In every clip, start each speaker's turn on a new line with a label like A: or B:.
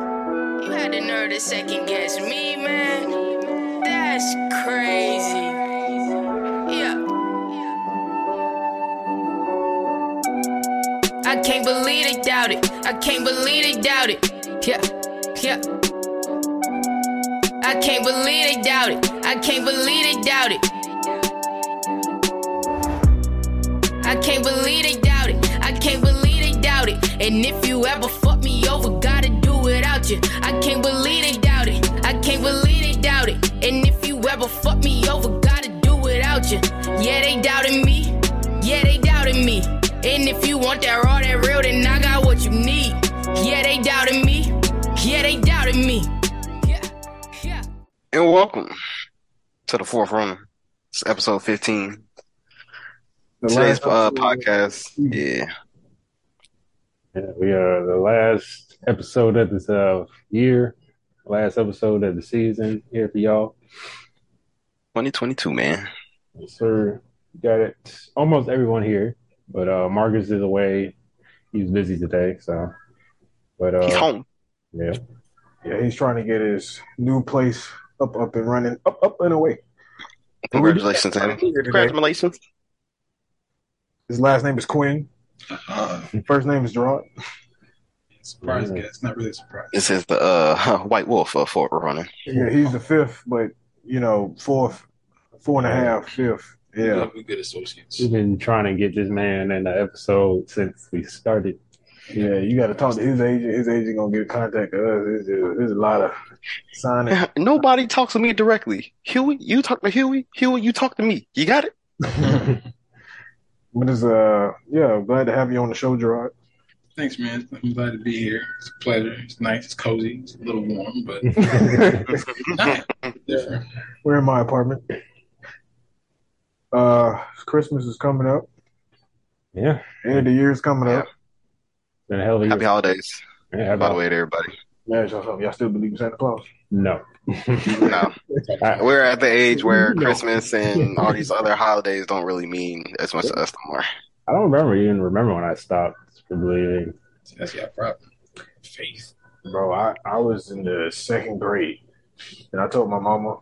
A: You had the nerve to second guess me, man. That's crazy. Yeah. I can't believe they doubt it. I can't believe they doubt it. Yeah, yeah. I can't believe they doubt it. I can't believe they doubt it. I can't believe they doubt it. I can't believe they doubt it. And if you ever fuck me over, gotta do without you. I can't believe they doubt it. I can't believe they doubt it. And if you ever fuck me over, gotta do without you. Yeah, they doubted me. Yeah, they doubted me. And if you want that raw, that real, then I got what you need. Yeah, they doubted me. Yeah, they doubted me. Yeah, yeah.
B: And welcome to the fourth runner. It's episode 15.
C: The
B: Today's
C: last
B: uh,
C: episode- Mm-hmm.
B: podcast. Yeah.
C: Yeah, we are the last episode of this uh, year, last episode of the season here for y'all.
B: 2022, man.
C: Yes, sir. Got it. Almost everyone here, but uh, Marcus is away. He's busy today, so. But
B: He's
C: uh,
B: home.
C: yeah,
D: Yeah, he's trying to get his new place up, up and running, up, up and away.
B: Congratulations to him.
D: Here today.
B: Congratulations.
D: His last name is Quinn.
E: Uh,
D: First name is Gerard.
E: surprise
C: Yeah.
E: guest, not really a surprise.
B: This is the uh, White Wolf uh, for running.
D: Yeah, he's the fifth, but you know, fourth, four and a half, fifth. Yeah,
E: we good associates.
C: we've been trying to get this man in the episode since we started.
D: yeah. You got to talk to his agent. His agent gonna get in contact with us. It's just, there's a lot of signing.
B: Nobody talks to me directly. Huey, you talk to Huey. Huey, you talk to me. You got it?
D: But it's uh, yeah, glad to have you on the show, Gerard.
E: Thanks, man. I'm glad to be here. It's a pleasure. It's nice. It's cozy. It's a little warm, but not different.
D: We're in my apartment. Uh, Christmas is coming up.
C: yeah,
D: End of the year is coming up.
C: been a hell of a year.
B: Happy holidays,
C: Yeah, how
B: by the
C: about-
B: way, to everybody.
D: Man, y'all, something. y'all still believe in Santa Claus?
C: No.
B: No,
C: I-
B: we're at the age where
C: No.
B: Christmas and all these other holidays don't really mean as much to us no more.
C: I don't remember even remember when I stopped believing.
E: See, That's your problem. Faith.
D: Bro, I, I was in the second grade, and I told my mama,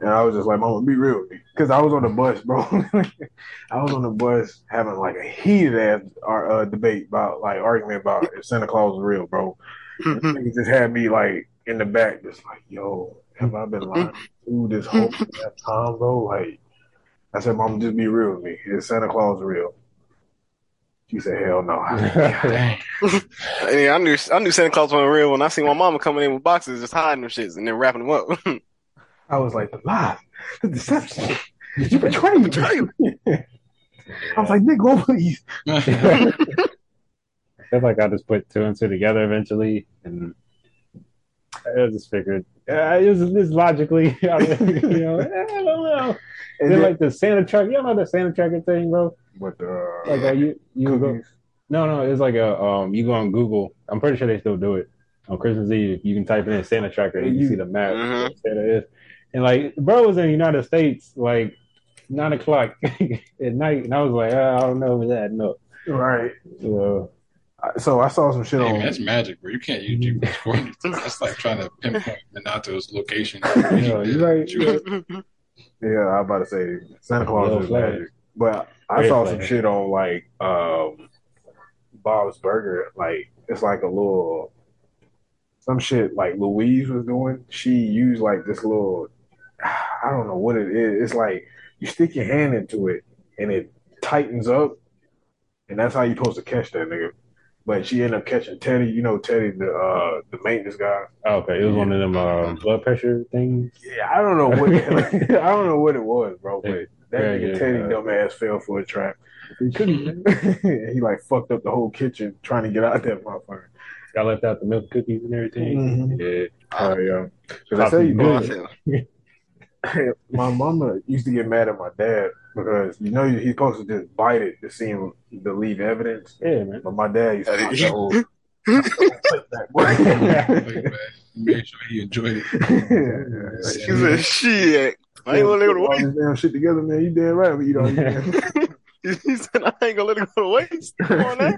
D: and I was just like, "Mama, be real," because I was on the bus, bro. I was on the bus having like a heated ass ar- uh, debate about like argument about if Santa Claus was real, bro.
C: Mm-hmm.
B: Hmm.
D: Niggas just had me like in the back, just like, "Yo, have I been lying through this whole damn time, bro?" Like, I said, "Mama, just be real with me. Is Santa Claus real?" She said, "Hell
B: Oh,
D: no."
B: Yeah, I knew I knew Santa Claus wasn't real when I seen my mama coming in with boxes, just hiding them shits and then wrapping them up.
D: I was like, the lie, the deception. You betrayed me. I was like, Nick, go please.
C: I feel like I just put two and two together eventually, and I just figured, uh, this is this logically, I don't- you know, I don't know.
D: And
C: They're
D: then,
C: like the Santa truck. You know the Santa trucker thing, bro?
D: with the
C: Like uh, you, you go.
D: cookies.
C: No, no, it's like a um. You go on Google. I'm pretty sure they still do it on Christmas Eve. You can type in Santa tracker and you see the map
B: Mm-hmm.
C: of where Santa is. And like, bro was in the United States like nine o'clock at night, and I was like, "Ah, I don't know if that no.
D: right.
C: So,
D: I- So I saw some shit
E: Hey, man,
D: on.
E: that's magic, bro. You can't use GPS coordinates. That's like trying to pinpoint Minato's location.
C: Yeah, you're right.
E: You-
D: Yeah, I was about to say Santa
C: Yellow
D: Claus is
C: flag.
D: magic, but I
C: Red
D: saw
C: flag.
D: some shit on like um, Bob's Burger. Like it's like a little some shit like Louise was doing. She used like this little I don't know what it is. It's like you stick your hand into it and it tightens up, and that's how you're supposed to catch that nigga. But she ended up catching Teddy. You know Teddy, the uh, the maintenance guy.
C: oh, okay, it was one of them uh, blood pressure things.
D: Yeah, I don't know what I don't know what it was, bro. But that
C: Very
D: nigga
C: good,
D: Teddy
C: uh,
D: dumbass fell for a trap.
C: Cookies.
D: he like fucked up the whole kitchen trying to get out that motherfucker.
C: I left out the milk cookies and everything.
E: Mm-hmm.
C: Yeah,
D: Oh yeah. 'Cause I tell you,
B: Well, I
D: bro,
B: feel-
D: my mama used to get mad at my dad because you know he's supposed to just bite it to see him to leave evidence.
C: yeah, man.
D: But my dad used to
B: That
D: bite
B: is-
D: the whole that boy.
E: Make sure he enjoyed it.
B: She said, shit. I ain't want to
D: all this damn shit together, man. You damn right. We eat all this damn
B: He said, I ain't gonna let it go to waste. Come on now.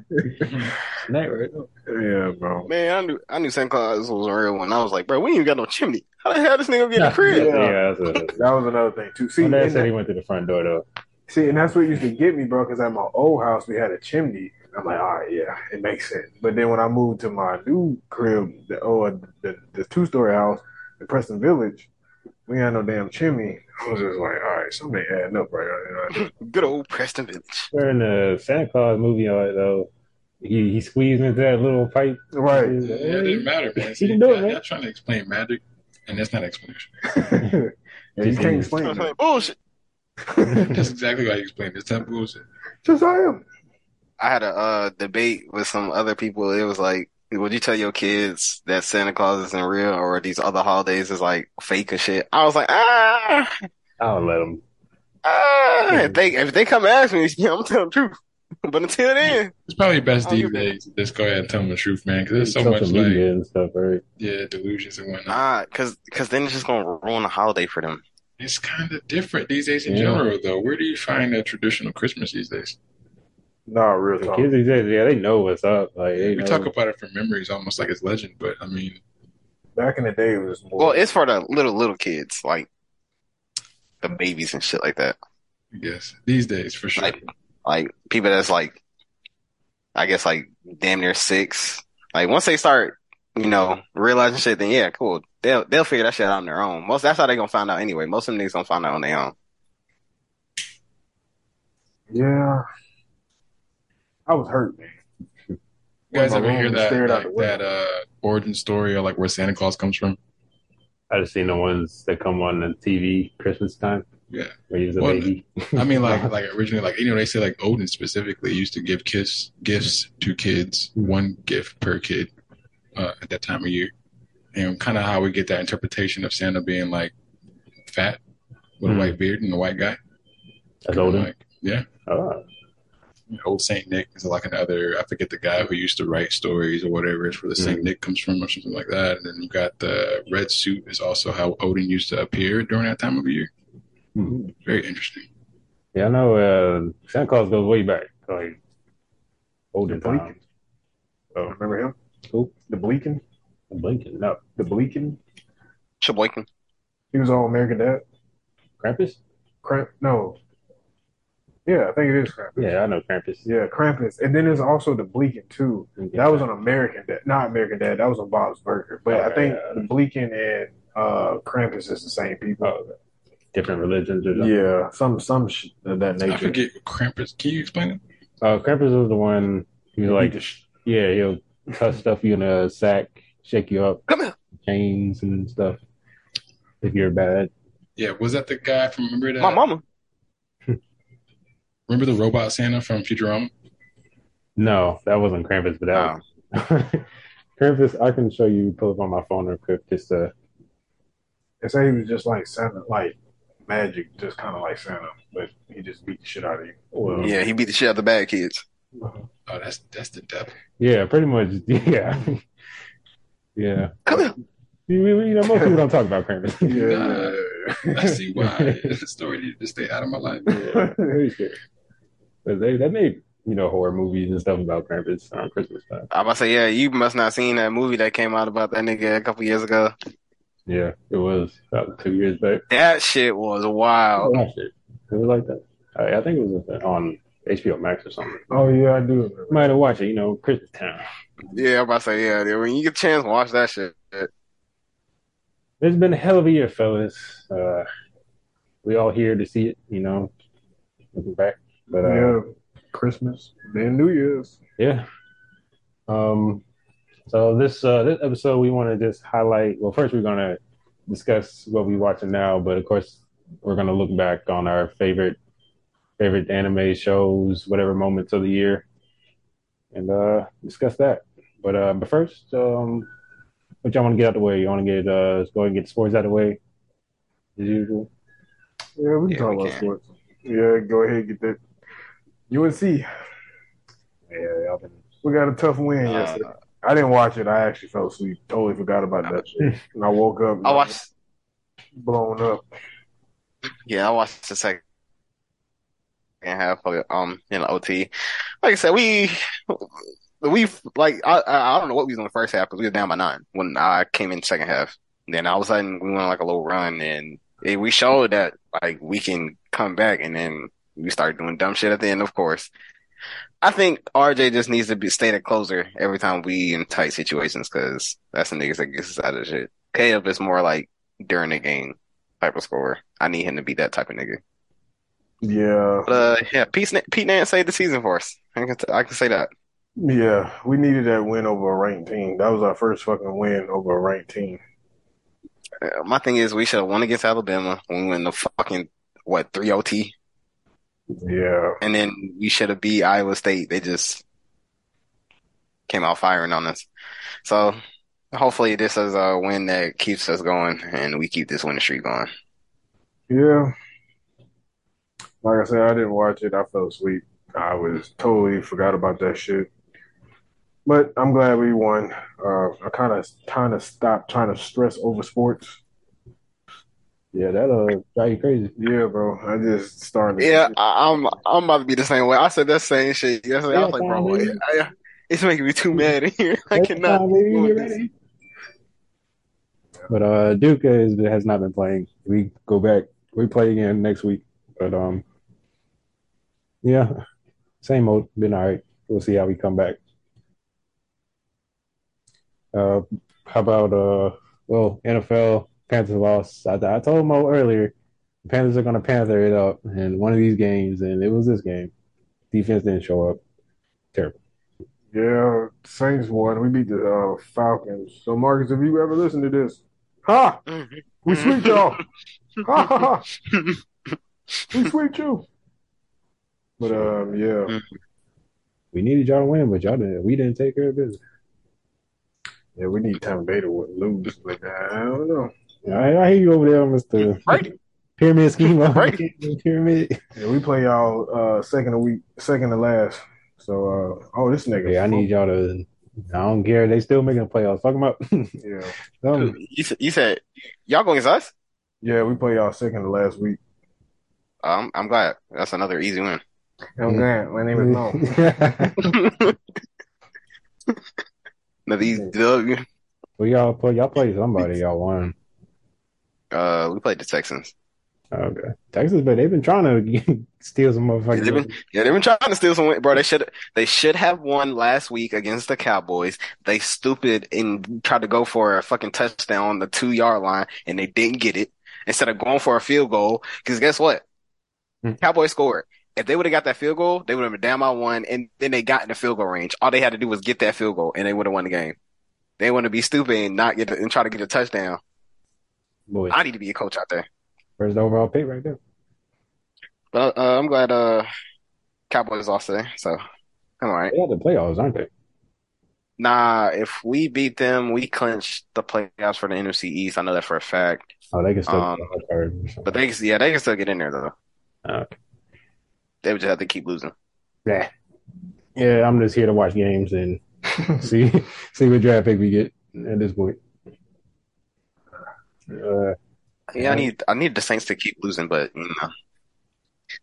C: Night, right?
D: Yeah, bro.
B: Man, I knew I knew Santa Claus was a real one. I was like, bro, we ain't even got no chimney. How the hell this nigga get a crib?
D: Yeah.
C: Yeah, that's it.
D: That was another thing too. See,
C: My
D: and
C: dad said he
D: that,
C: went through the front door though.
D: see, and that's what used to get me, bro. Because at my old house, we had a chimney. I'm like, all right, yeah, it makes sense. But then when I moved to my new crib, the oh, the, the two story house in Preston Village, we had no damn chimney. I was just like, all right, something ain't adding up right now. You know?
B: Good old Preston Village.
C: Where in the Santa Claus movie on it though, he he squeezed into that little pipe.
D: Right.
E: Yeah, it didn't matter, man.
C: He
E: See,
C: can do it,
E: y'all-
C: man.
E: y'all trying to explain magic, and that's not an explanation.
D: yeah, you can't explain
B: I was
D: it.
B: like, Bullshit.
E: That's exactly how you explain this type of bullshit.
D: Just I am.
B: I had a uh, debate with some other people. It was like, would you tell your kids that Santa Claus isn't real or these other holidays is like fake and shit? I was like, ah,
C: I'll let him.
B: ah. If they if they come ask me, yeah, I'm telling the truth. But until then,
E: It's probably best
C: Oh,
B: I don't
E: these
B: give a-
E: days to just go ahead and tell them the truth, man. Because there's so
C: Social
E: much
C: media
E: like
C: and stuff, right?
E: yeah, delusions and whatnot.
B: nah, cause cause then it's just gonna ruin the holiday for them.
E: It's kind of different these days in
C: Yeah.
E: general, though. Where do you find that traditional Christmas these days?
D: Nah, real
C: The
D: talk.
C: kids these days, yeah, they know what's up. Like they
E: We
C: know.
E: talk about it from memories, almost like it's legend. But I mean,
D: Back in the day, it was more.
B: Well, it's for the little little kids, like the babies and shit like that.
E: I guess these days for sure.
B: Like like people that's like, I guess like damn near six. Like once they start, you know, realizing shit, then yeah, cool. They'll they'll figure that shit out on their own. Most that's how they gonna find out anyway. Most of them niggas gonna find out on their own.
D: yeah. I was hurt, man.
E: you guys
D: Well,
E: ever
D: my
E: hear
D: mom
E: that
D: stared out
E: like,
D: the window.
E: that uh, origin story or like where Santa Claus comes from?
C: I just seen the ones that come on the TV Christmas time.
E: Yeah.
C: where he was a
E: Well,
C: baby.
E: I mean, like, like originally, like you know, they say like Odin specifically used to give kiss gifts to kids, one gift per kid uh, at that time of year, and kind of how we get that interpretation of Santa being like fat with a
C: Hmm.
E: white beard and a white guy.
C: That's older.
E: Like, yeah,
C: Oh,
E: old Saint Nick is like another. I forget the guy who used to write stories or whatever. It's where the Saint Nick comes from or something like that. And then you got the red suit is also how Odin used to appear during that time of year.
C: Hmm.
E: Very interesting.
C: yeah, I know. Uh, Santa Claus goes way back, like older
D: The Bleakin.
C: time. Oh,
D: Remember him?
C: Who?
D: The Bleakin?
C: I'm blinking up.
D: The Bleakin?
B: Sheboykin.
D: He was all American Dad.
C: Krampus?
D: Kramp? No. Yeah, I think it is Krampus.
C: Yeah, I know Krampus.
D: Yeah, Krampus. And then there's also the Bleakin too. That was on American Dad, not American Dad. That was on Bob's Burger. But I think
C: Oh, Yeah.
D: the Bleakin and uh, Krampus is the same people.
C: Oh, different religions or something.
D: yeah, some some sh- of that
E: I
D: nature.
E: forget Krampus. Can you explain it?
C: Uh, Krampus was the one he was like,
D: He just-
C: yeah, he'll toss stuff you in a sack, shake you up,
B: Come here.
C: chains and stuff. If you're bad,
E: Yeah, was that the guy from remember that?
B: My mama.
E: Remember the robot Santa from Futurama?
C: no, that wasn't Krampus, but that
B: Oh.
D: Ah.
C: was Krampus. I can show you. Pull up on my phone real quick, just uh,
D: They say he was just like Santa, like magic, just kind of like Santa, but he just beat the shit out of you.
C: well,
B: Yeah, he beat the shit out of the bad kids.
E: Oh, that's that's the devil.
C: yeah, pretty much, yeah, yeah.
B: Come here.
C: You, you- you know, most people don't talk about Krampus.
D: Yeah.
E: I see why the story needed to stay out of my life.
C: Very scary. But they they made you know horror movies and stuff about Krampus around Christmas time.
B: I'm about to say, yeah, you must not seen that movie that came out about that nigga a couple years ago.
C: Yeah, it was about two years back.
B: That shit was wild.
C: Oh, shit. It was like that. I, I think it was on HBO Max or something.
D: oh yeah, I do. Remember.
C: Might have watched it, you know, Christmas time.
B: Yeah, I'm about to say, yeah, when you get a chance, watch that shit.
C: It's been a hell of a year, fellas. Uh, we all here to see it, you know, looking back. But uh, yeah.
D: yeah, Christmas, then New Year's.
C: Um, so this uh, this episode, we want to just highlight. Well, first we're gonna discuss what we're watching now, but of course we're gonna look back on our favorite favorite anime shows, whatever moments of the year, and uh, discuss that. But uh, but first, um, what y'all want to get out the way? You want to get uh, let's go ahead and get the sports out the way, as usual.
D: Yeah, we can
B: Yeah,
D: talk
B: we
D: about
B: can.
D: sports. Yeah, go ahead get that. UNC. Yeah, y'all been- we got a tough win
B: Uh,
D: yesterday. I didn't watch it. I actually fell asleep. Totally forgot about that shit. And I woke up.
B: I watched,
D: blown up.
B: yeah, I watched the second and have fucking, um in the OT. Like I said, we we like I I I don't know what we was in the first half because we were down by nine when I came in second half. Then all of a sudden we went on like a little run and it, we showed that like we can come back and then we started doing dumb shit at the end. Of course, I think RJ just needs to be stay the closer every time we in tight situations because that's the niggas that gets us out of shit. Caleb is more like during the game type of scorer. I need him to be that type of nigga.
D: Yeah,
B: But uh, yeah, Pete, Sna- Pete Nance saved the season for us. I can, t- I can say that.
D: yeah. We needed that win over a ranked team. That was our first fucking win over a ranked team.
B: Uh, my thing is, we should have won against Alabama when we went the fucking what three OT,
D: Yeah,
B: and then we should have beat Iowa State. They just came out firing on us. So hopefully, this is a win that keeps us going, and we keep this winning streak going.
D: yeah. Like I said, I didn't watch it. I fell asleep. I was totally forgot about that shit. But I'm glad we won. Uh, I kind of kind of stopped trying to stress over sports.
C: Yeah, that'll drive you crazy.
D: Yeah, bro. I just started.
B: Yeah, I, I'm I'm about to be the same way. I said that same shit yesterday. I was like, bro,
C: Yeah,
B: I- it's making me too mad in here. I
C: That's
B: cannot.
C: fine, baby,
B: deal
C: you
B: with
C: ready?
B: this.
C: But uh, Duke is, has not been playing. We go back. We play again next week. But um, yeah, same old. Been all right. We'll see how we come back. Uh, how about uh, well, NFL Panthers lost. I, I told Mo earlier, the Panthers are gonna panther it up in one of these games, and it was this game. Defense didn't show up.
D: yeah, Saints won. We beat the uh, Falcons. So, Marcus, if you ever listen to this, ha,
B: Mm-hmm.
D: we sweet y'all. ha, ha, ha. We sweet you. But um, yeah,
C: We needed y'all to win, but y'all didn't. We didn't take care of business.
D: yeah, we need Tom Beta to lose, but uh, I don't know.
C: I, I hear you over there, Mister
B: Brady.
C: Pyramid scheme.
B: Brady.
C: Pyramid.
D: Yeah, we play y'all uh, second a week, second to last. So, uh, oh, this nigga.
C: Yeah, I need y'all to. I don't care. They still making the playoffs. Fuck them up.
D: Yeah,
C: Them-
B: You, s- you said y'all going against us?
D: yeah, we play y'all second to last week.
B: Um, I'm glad. That's another easy win.
D: I'm glad. My name is Long.
B: Another easy W.
C: well, y'all play. Y'all play somebody. Y'all won.
B: Uh, we played the Texans.
C: Okay. Texas, but they've been trying to steal some motherfuckers.
B: They've been- Yeah, they've been trying to steal some win, bro. They should they should have won last week against the Cowboys. They stupid and tried to go for a fucking touchdown on the two yard line, and they didn't get it. Instead of going for a field goal, because guess what?
C: Hmm.
B: Cowboys scored. If they would have got that field goal, they would have been down by one, and then they got in the field goal range. All they had to do was get that field goal, and they would have won the game. They want to be stupid and not get and try to get a touchdown.
C: Boy,
B: I need to be a coach out there.
C: first overall pick right there.
B: But uh, I'm glad uh Cowboys lost today, so I'm all right.
C: They had the playoffs, aren't they?
B: Nah, if we beat them, we clinch the playoffs for the NFC East. I know that for a fact.
C: Oh, they can still.
B: Um, But they, can- yeah, they can still get in there though.
C: Okay.
B: They would just have to keep losing.
C: yeah. yeah, I'm just here to watch games and see see what draft pick we get at this point. Uh,
B: Yeah, I need I need the Saints to keep losing, but you know,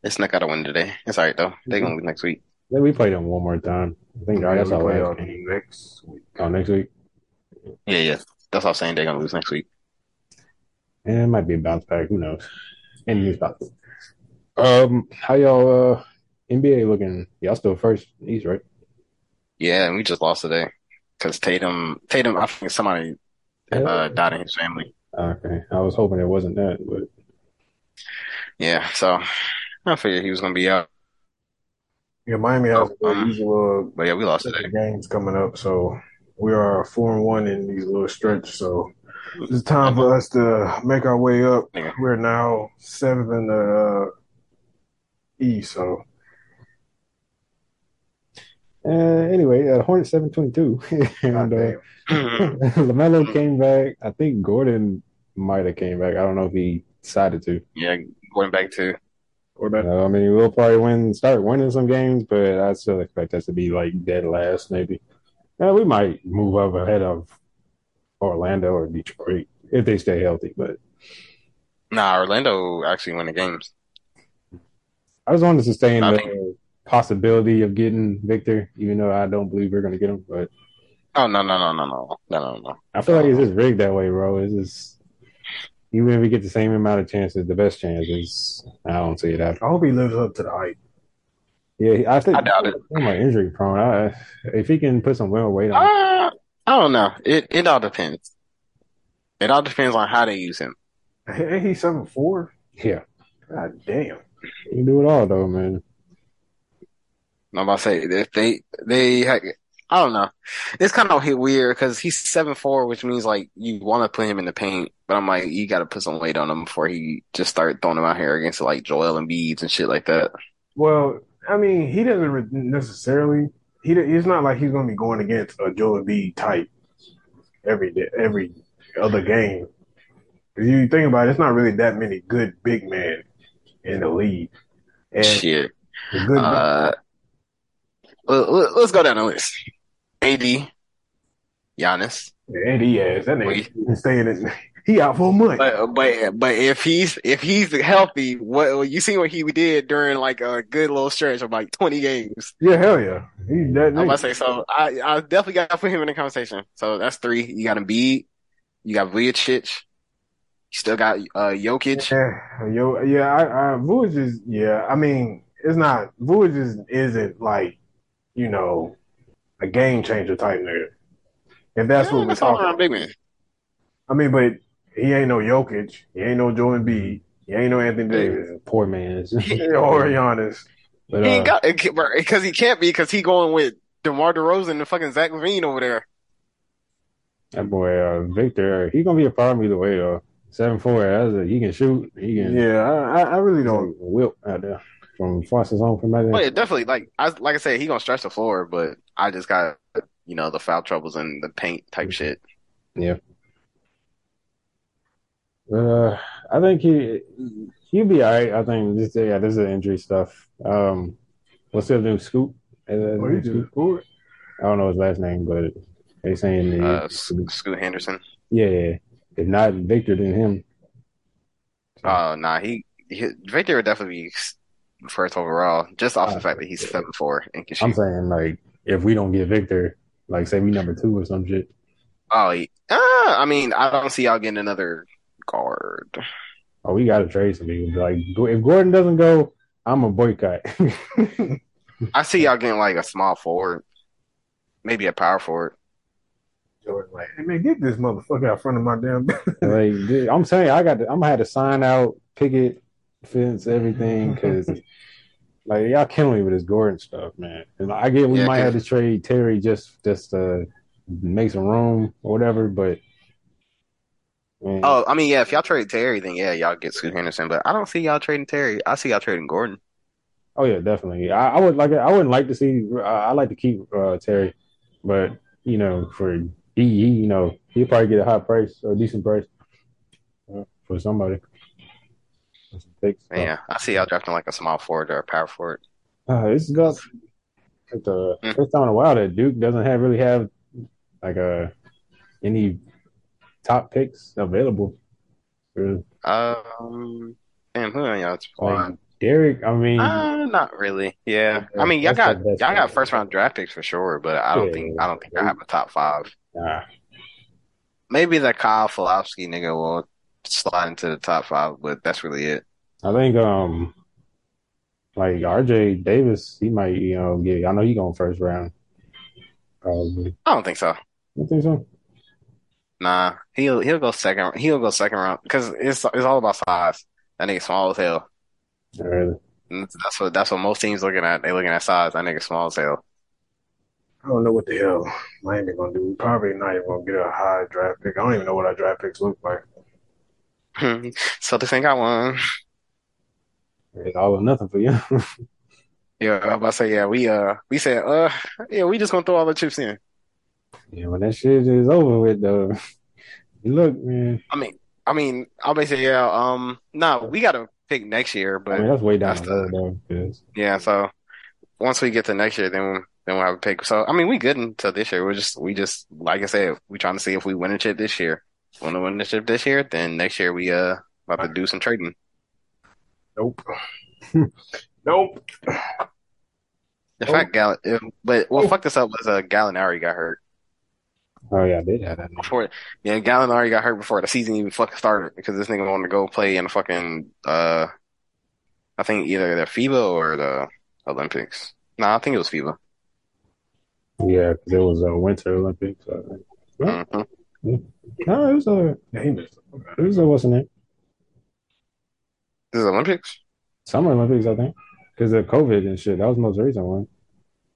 B: they snuck out a win today. It's all right though. They're gonna lose next week.
C: then we play them one more time. I think that's
D: we
C: all.
D: play
C: I
D: y'all
C: have.
D: next week.
C: Oh, next week.
B: Yeah, yeah. That's all I'm saying. They're gonna lose next week.
C: And Eh, it might be a bounce back. Who knows? Anything's possible. Um, how y'all uh NBA looking? Y'all still first in East, right?
B: Yeah, and we just lost today because Tatum Tatum. I think somebody uh, died in his family.
C: Uh, Okay. I was hoping it wasn't that, but
B: Yeah, so I figured he was gonna be out.
D: Yeah, Miami has
B: Oh, um,
D: these little
B: But yeah, we lost today.
D: games coming up, so we are four and one in these little stretch. So it's time for us to make our way up.
B: Nigga.
D: We're now seventh in the uh, East, so
C: uh, anyway, uh, Hornets seven twenty two, and uh,
D: goddamn.
C: Lamelo came back. I think Gordon might have came back. I don't know if he decided to.
B: Yeah, going back to.
D: What about
C: Uh, I mean, we'll probably win, start winning some games, but I still expect us to be like dead last, maybe. Uh, we might move up ahead of Orlando or Detroit if they stay healthy, but
B: Nah, Orlando actually won the games.
C: I just wanted to sustain
B: I
C: the possibility of getting Victor, even though I don't believe we're gonna get him. But
B: Oh no no no no no no no no.
C: I feel like it's just rigged that way, bro. It's just even if we get the same amount of chances, the best chance is I don't see it happening.
D: I hope he lives up to the hype.
C: Yeah, I think
B: I doubt it.
C: I'm like injury prone. I, if he can put some real weight on,
B: Uh, I don't know. It it all depends. It all depends on how they use him.
D: Hey, he's seven four.
C: yeah,
D: God damn.
C: he can do it all though, man.
B: I'm about to say if they they had- I don't know. It's kind of weird because he's seven four, which means like you want to put him in the paint, but I'm like you got to put some weight on him before he just start throwing him out here against like Joel and Beads and shit like that.
D: Well, I mean, he doesn't re- necessarily. He d- it's not like he's going to be going against a Joel B type every day, every other game. If you think about it, it's not really that many good big men in the league, and
B: Shit.
D: the good
B: Uh, let- let- let's go down the list. AD, Giannis.
D: Eddie ass that nigga
B: Wait.
D: been staying in. He out for a month.
B: But but but if he's if he's healthy, what you see what he did during like a good little stretch of like 20 games.
D: yeah, hell yeah. He's that
B: I'm about
D: nigga.
B: to say so. I, I definitely got to put him in the conversation. So that's three. You got Embiid, you got Vujicic, you still got uh Jokic.
D: Yeah, yo, yeah, I, I Vooch is yeah. I mean, it's not Vooch is isn't like you know a game changer type nigga. If that's
B: Yeah,
D: what we're
B: that's all
D: talking,
B: around big man.
D: I mean, but he ain't no Jokic, he ain't no Joel Embiid, he ain't no Anthony Davis
C: Poor man.
D: or Giannis.
C: But,
B: he
C: uh,
B: ain't got because he can't be because he going with DeMar DeRozan and fucking Zach Levine over there.
C: That boy, uh, Victor, he gonna be a problem either way though. Seven four, that's a, he can shoot. He
D: Yeah,
C: can
D: I, I I really
C: he's a
D: don't.
C: whip out there from Foster's home from
B: Well,
C: that.
B: yeah, definitely. Like I like I said, he gonna stretch the floor, but I just got you know the foul troubles and the paint type shit.
C: But uh, I think he he'll be all right. I think this yeah, this is the injury stuff. Um, what's the new scoop? Is that
D: What Oh, he
C: new Scoop?
D: just scored?
C: I don't know his last name, but they saying the,
B: Uh, S- Scoot Henderson.
C: yeah, yeah. if not Victor, then him. Hmm.
B: Uh, nah, he, he Victor would definitely be first overall, just off the
C: Uh,
B: fact that he's seven four and can
C: I'm
B: shoot.
C: saying like if we don't get Victor, like say we number two or some shit.
B: Oh, he, ah, I mean, I don't see y'all getting another guard.
C: Oh, we gotta trade some people. Like if Gordon doesn't go, I'm a boycott.
B: I see y'all getting like a small forward, maybe a power forward.
D: Jordan, like, hey man, get this motherfucker out front of my damn.
C: like dude, I'm saying, I got. To, I'm gonna have to sign out, picket fence, everything, because like y'all killing me with this Gordon stuff, man. And I get we
B: Yeah,
C: might
B: 'cause-
C: have to trade Terry just just to make some room or whatever, but man,
B: Oh, I mean, yeah, if y'all trade Terry, then yeah, y'all get Scoot Henderson. But I don't see y'all trading Terry. I see y'all trading Gordon.
C: oh yeah, definitely. I, I would like. I wouldn't like to see. I, I like to keep uh, Terry, but you know, for he, he, you know, he'll probably get a high price or a decent price uh, for somebody. Take
B: And yeah, I see y'all drafting like a small forward or a power forward.
C: Uh, it's got like the
B: Mm.
C: first time in uh, a while that Duke doesn't have really have like uh any top picks available. Really.
B: Um, damn, who are y'all?
C: Like Derek, I mean,
B: Uh, not really. Yeah,
C: Yeah,
B: I mean, y'all
C: Mm-hmm. that's
B: got
C: the best
B: y'all got
C: thing.
B: first round draft picks for sure, but I don't
C: Yeah.
B: think I don't think I have a top five.
C: nah.
B: Maybe the Kyle Filipowski nigga will slide into the top five, but that's really it.
C: I think um like RJ Davis, he might you know get. I know he going first round. Probably.
B: I don't think so.
C: You think so?
B: Nah, he'll he'll go second. He'll go second round because it's it's all about size. That nigga small as hell.
C: Not really.
B: And That's that's what that's what most teams looking at. They looking at size. That nigga small as hell.
D: I don't know what the hell Miami gonna do. We probably not even gonna get a high draft pick. I don't even know what our draft picks look like.
B: so this ain't got one.
C: It's all or nothing for you.
B: Yeah, I'm about to say yeah. We uh we said uh yeah we just gonna throw all the chips in.
C: yeah, when that shit is over with, though. Look, man.
B: I mean, I mean, I'll basically, yeah. Um, no, we gotta pick next year,
C: I mean,
B: but
C: that's way down
B: that's
C: the road, though. 'cause-
B: yeah. So once we get to next year, then then we'll have a pick. So I mean, we good until this year. We're just we just like I said, we trying to see if we win a chip this year. Want to win the chip this year? Then next year we uh about to do some trading.
D: Nope. Nope.
B: The fact Gall, if- but what fucked us up was uh, Gallinari got hurt
C: Oh yeah, I did have that.
B: before. Yeah, Gallinari got hurt before the season even fucking started because this nigga wanted to go play in the fucking uh, I think either the FIBA or the Olympics. No, I think it was FIBA.
C: Yeah, because it was a Winter Olympics. I think.
B: hmm
C: No, it was a.
D: Yeah, he missed. it.
C: It was a what's the name?
B: This is Olympics,
C: Summer Olympics, I think, because of COVID and shit. That was the most recent one.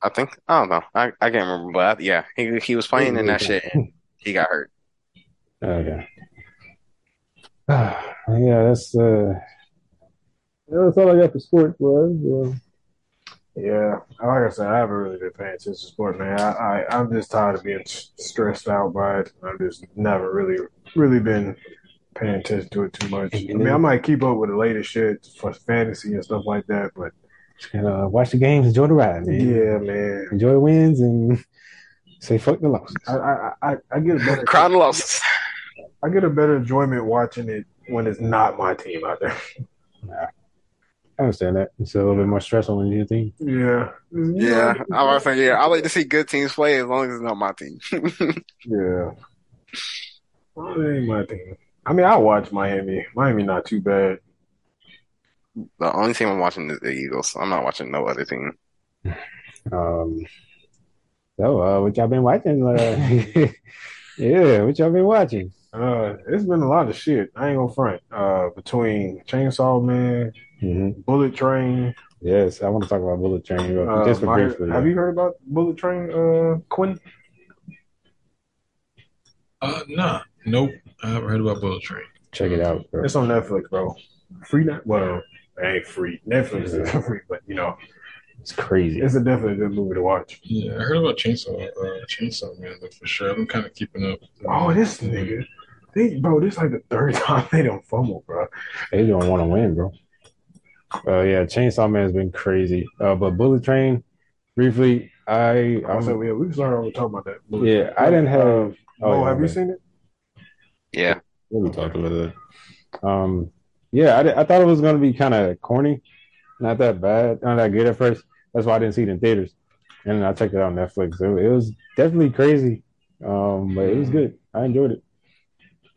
B: I think. I don't know. I I can't remember, but I, yeah, he he was playing in that shit and he got hurt.
C: Okay. yeah, that's uh, that's all I got for sports, Uh, was.
D: Yeah, like I said, I haven't really been paying attention to sport, man. I, I I'm just tired of being s- stressed out by it. I've just never really, really been paying attention to it too much. I mean, I might keep up with the latest shit for fantasy and stuff like that, but
C: And uh, watch the games, enjoy the ride, man.
D: yeah, man,
C: Enjoy the wins and say fuck the losses.
D: I I I, I get a better
B: Crown losses.
D: I get a better enjoyment watching it when it's not my team out there.
C: I understand that. It's a little bit more stressful when you think.
D: Yeah,
B: Yeah, I was saying, yeah, I like to see good teams play as long as it's not my team.
D: Yeah. Well, it ain't my thing. I mean, I watch Miami. Miami not too bad.
B: The only team I'm watching is the Eagles. I'm not watching no other team.
C: Um, so, uh, what y'all been watching? Uh, yeah, what y'all been watching?
D: Uh, it's been a lot of shit. I ain't gonna front. Uh, between Chainsaw Man,
C: hmm
D: Bullet Train.
C: Yes, I want to talk about Bullet Train
D: Uh,
C: just for
D: my-
C: briefly.
D: have you heard about Bullet Train? Uh, Quinn.
E: Uh, nah, nope. I haven't heard about Bullet Train.
C: Check it out, bro.
D: It's on Netflix, bro. Free net. Well, it ain't free. Netflix is free, but you know,
C: It's crazy.
D: it's a definitely good movie to watch.
E: Yeah, I heard about Chainsaw, uh, Chainsaw Man though for sure. I'm kind of keeping up.
D: Oh, this nigga. They, bro, this like the third time they don't fumble, bro.
C: They don't want to win, bro. Uh, yeah, Chainsaw Man has been crazy. Uh, but Bullet Train, briefly, I
D: I
C: I'm,
D: said, yeah, we can start over talking about that. Bullet
C: yeah,
D: Train.
C: I didn't have.
D: Oh,
C: yeah,
D: have you
C: man.
D: seen it?
B: Yeah,
C: What we talked about that. Um, yeah, I, di- I thought it was gonna be kind of corny, not that bad, not that good at first. That's why I didn't see it in theaters, and I checked it out on Netflix. It, it was definitely crazy, um, but it was good. I enjoyed it.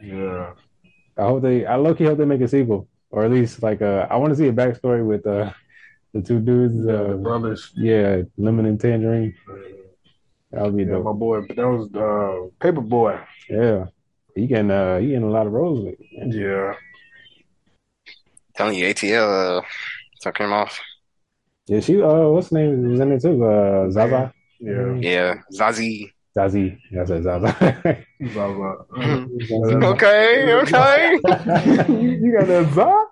D: Yeah.
C: I hope they, I low key hope they make a sequel, or at least like uh, I want to see a backstory with uh, the two dudes.
D: the
C: Uh,
D: brothers. uh,
C: yeah, lemon and tangerine. That would be
D: Yeah,
C: dope.
D: my boy. That was uh, Paperboy.
C: Yeah, he can. Uh, he in a lot of roles with. it.
D: Yeah.
B: telling you, ATL uh, took him off.
C: Yeah, she. Uh, what's her name was in there too? Uh, Zaza.
D: Yeah.
B: Yeah, Zazie.
C: Zazie. Yeah, I said Zaza.
D: Blah, blah.
C: Mm-hmm.
B: Okay, okay.
D: you, you got that vibe?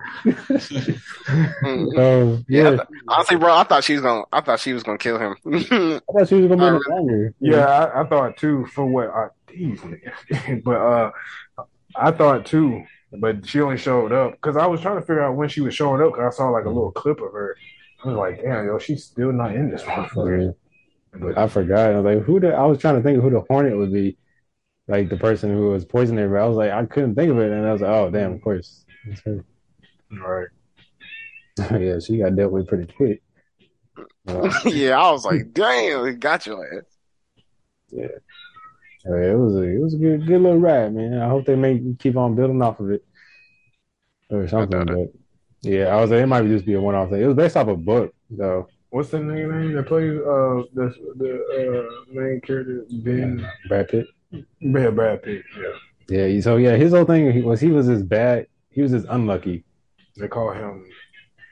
B: Mm.
C: Um,
B: Yeah,
C: yeah,
B: I th- honestly, bro, I thought she was gonna, I thought she was gonna kill him.
C: I thought she was gonna be in the longer.
D: Yeah, I, I thought too for what I these niggas. but uh I thought too, but she only showed up because I was trying to figure out when she was showing up because I saw like a little clip of her. I was like, damn, yo, she's still not in this motherfucker. But
C: I forgot. I was like, who the? I was trying to think of who the Hornet would be, like the person who was poisoning her. But I was like, I couldn't think of it, and I was like, oh damn, of course, it's her.
D: right.
C: yeah, she got dealt with pretty quick. Uh,
B: yeah, I was like, damn, he got your ass.
C: Yeah, it was a it was a good good little ride, man. I hope they make keep on building off of it or something.
B: doubt
C: But yeah, I was like, it might just be a one off thing. It was based off a book though.
D: What's the nigga name that plays uh the the uh, main character Ben
C: Brad Pitt.
D: Yeah, Brad Pitt. Yeah,
C: Yeah, so yeah, his whole thing he was he was this bad. He was this unlucky
D: they call him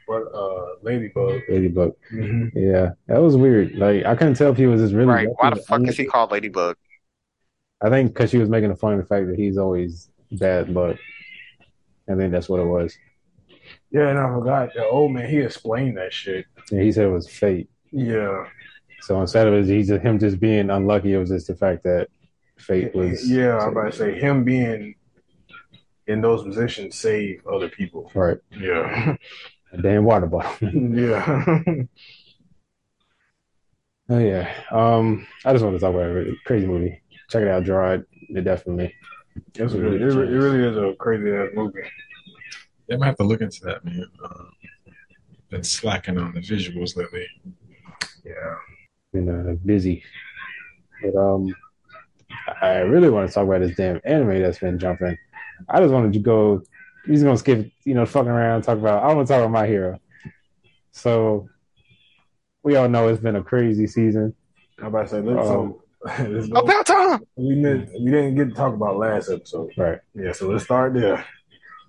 D: what uh Ladybug.
C: ladybug.
D: Mm-hmm.
C: Yeah, that was weird. Like I couldn't tell if he was just really.
B: Right?
C: lucky
B: Why the
C: or
B: fuck is
C: unlucky.
B: he called Ladybug?
C: I think because she was making fun of the fact that he's always bad luck. I think that's what it was.
D: Yeah, and I forgot the old man. He explained that shit.
C: And he said it was fate.
D: Yeah,
C: So instead of it, he's just, him just being unlucky, it was just the fact that fate was.
D: yeah. I'm about to say him being in those positions save other people.
C: Right.
D: Yeah,
C: A damn water bottle.
D: yeah.
C: oh, yeah. Um, I just want to talk about it. Crazy movie. Check it out, Gerard. It definitely.
D: That's a good. It, re- it really is a crazy ass movie.
E: Yeah, I'm gonna have to look into that, man. Uh, been slacking on the visuals lately.
D: Yeah.
C: been uh, busy. But um, I really want to talk about this damn anime that's been jumping. I just wanted to go. He's gonna skip, you know, fucking around. And talk about. I want to talk about my hero. So we all know it's been a crazy season.
D: I'm about to say, let's
C: Um,
D: talk. let's go.
B: About time.
D: We, missed, we didn't get to talk about last episode.
C: Right.
D: Yeah, so let's start there.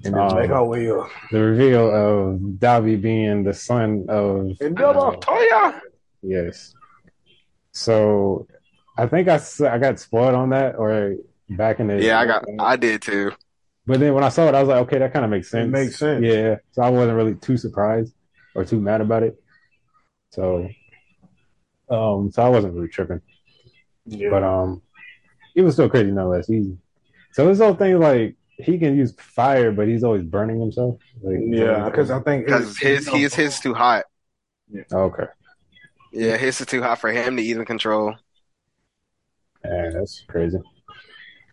D: And then
C: Um,
D: make our way up.
C: The reveal of Davi being the son of
D: And build
C: uh,
D: off Toya.
C: Yes. So I think I, s- I got spoiled on that or back in the
B: Yeah, I got. I did too.
C: But then when I saw it, I was like, okay, that kind of makes
D: It
C: sense.
D: makes sense.
C: Yeah. So I wasn't really too surprised or too mad about it. So, um, so I wasn't really tripping,
D: Yeah.
C: but um, it was still crazy nonetheless. He, so this whole thing like he can use fire, but he's always burning himself. Like,
D: yeah, because I think
B: Because his he's his too hot.
C: okay,
B: Yeah, his is too hot for him to even control.
C: yeah, that's crazy.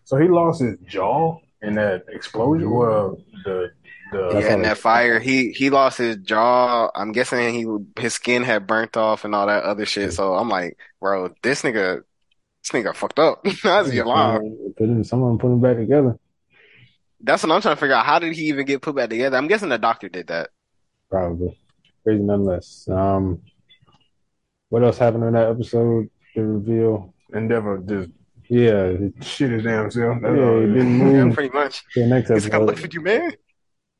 D: So he lost his jaw in that explosion. Well, the the
C: That's
B: yeah,
C: all
B: and
C: it-
B: that fire, he he lost his jaw. I'm guessing he his skin had burnt off and all that other shit. So I'm like, bro, this nigga, this nigga fucked up. That's your line.
C: Put him, someone put him back together,
B: That's what I'm trying to figure out. How did he even get put back together? I'm guessing the doctor did that.
C: probably. Crazy nonetheless. Um, what else happened in that episode? The reveal.
D: endeavor just
C: Yeah,
D: shit his damn self. That's
C: Yeah,
D: all
C: he
D: it is.
C: didn't
B: Yeah,
C: move.
B: pretty much.
C: The next
B: He's like, I
C: episode,
B: looked at you, man.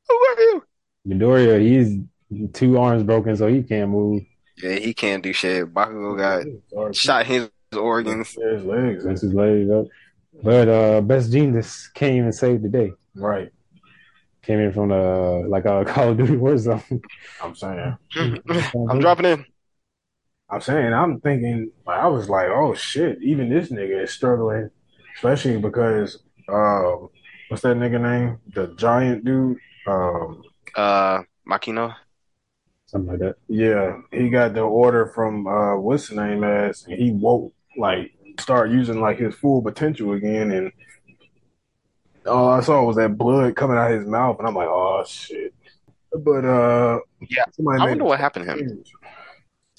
B: Who are you?
C: Midoriya, he's two arms broken, so he can't move.
B: Yeah, he can't do shit. Bakugo got
C: Mm-hmm.
D: Sorry.
B: shot his organs.
D: His legs.
C: That's his
D: That's
C: legs up. But uh, Best Genius came and saved the day.
D: right.
C: Came in from the like a Call of Duty Warzone.
D: I'm saying.
C: Mm-hmm.
B: Mm-hmm. I'm dropping in.
D: I'm saying. I'm thinking. Like, I was like, oh shit. Even this nigga is struggling, especially because um, what's that nigga name? The giant dude. Um,
B: Uh, Makino.
C: something like that.
D: Yeah, he got the order from uh what's the name as and he won't like start using like his full potential again and all I saw was that blood coming out of his mouth and I'm like, oh shit. But uh
B: Yeah,
D: somebody
B: I
D: made
B: wonder what happened to him.
D: change.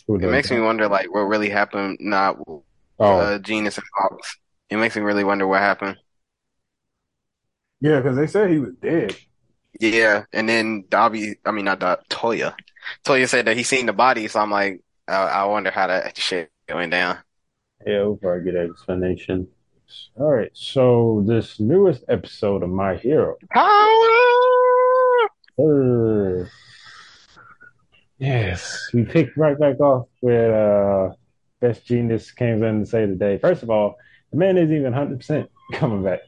C: Who
B: It
C: does
B: makes
C: that?
B: me wonder, like, what really happened. Not
C: Oh,
B: uh, Genius and Fox. It makes me really wonder what happened.
D: Yeah, because they said he was dead.
B: Yeah, and then Dobby, I mean not Dobby, Toya. Toya said that he seen the body, so I'm like, I, I wonder how that shit went down.
C: Yeah, we'll probably get an explanation. All right, so this newest episode of My Hero. Err. Yes, we picked right back off with uh, Best Genius came in to save the day. First of all, the man isn't even 100% coming back.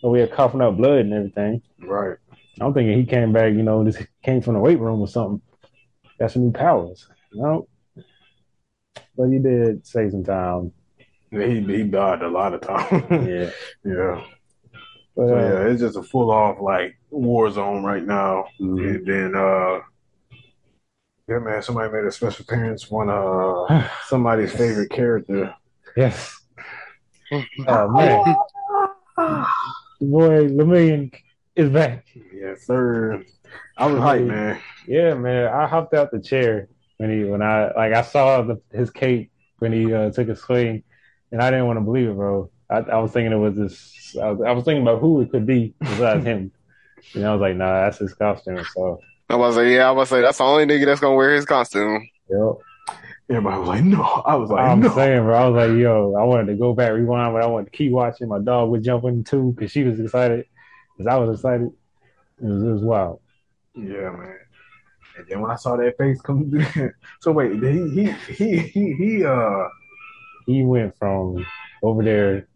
C: So we are coughing up blood and everything.
D: Right.
C: I'm thinking he came back, you know, just came from the weight room or something. Got some new powers. No. But he did save some time.
D: He he died a lot of times.
C: Yeah.
D: Yeah.
C: But,
D: So
C: uh,
D: yeah, it's just a full off like war zone right now.
C: mhm.
D: And then, uh, yeah, man, somebody made a special appearance. One,
C: um,
D: uh, somebody's favorite character.
C: Yes. Oh, man. Oh, The boy Lemillion is back.
D: Yeah, sir. I was hyped, man.
C: Yeah, man. I hopped out the chair when he when I like I saw the, his cape when he uh, took a swing, and I didn't want to believe it, bro. I, I was thinking it was this. I was, I was thinking about who it could be besides him, and I was like, nah, that's his costume. So,
B: I was like, yeah, I was like, that's the only nigga that's gonna wear his costume.
C: yep.
D: Everybody was like, no. I was like,
C: I'm
D: no.
C: saying, bro. I was like, yo, I wanted to go back, rewind, but I wanted to keep watching. My dog would jump in too because she was excited, because I was excited. It was, it was wild.
D: Yeah, man. And then when I saw that face come through, so wait, did he, he, he, he, he, uh,
C: He went from over there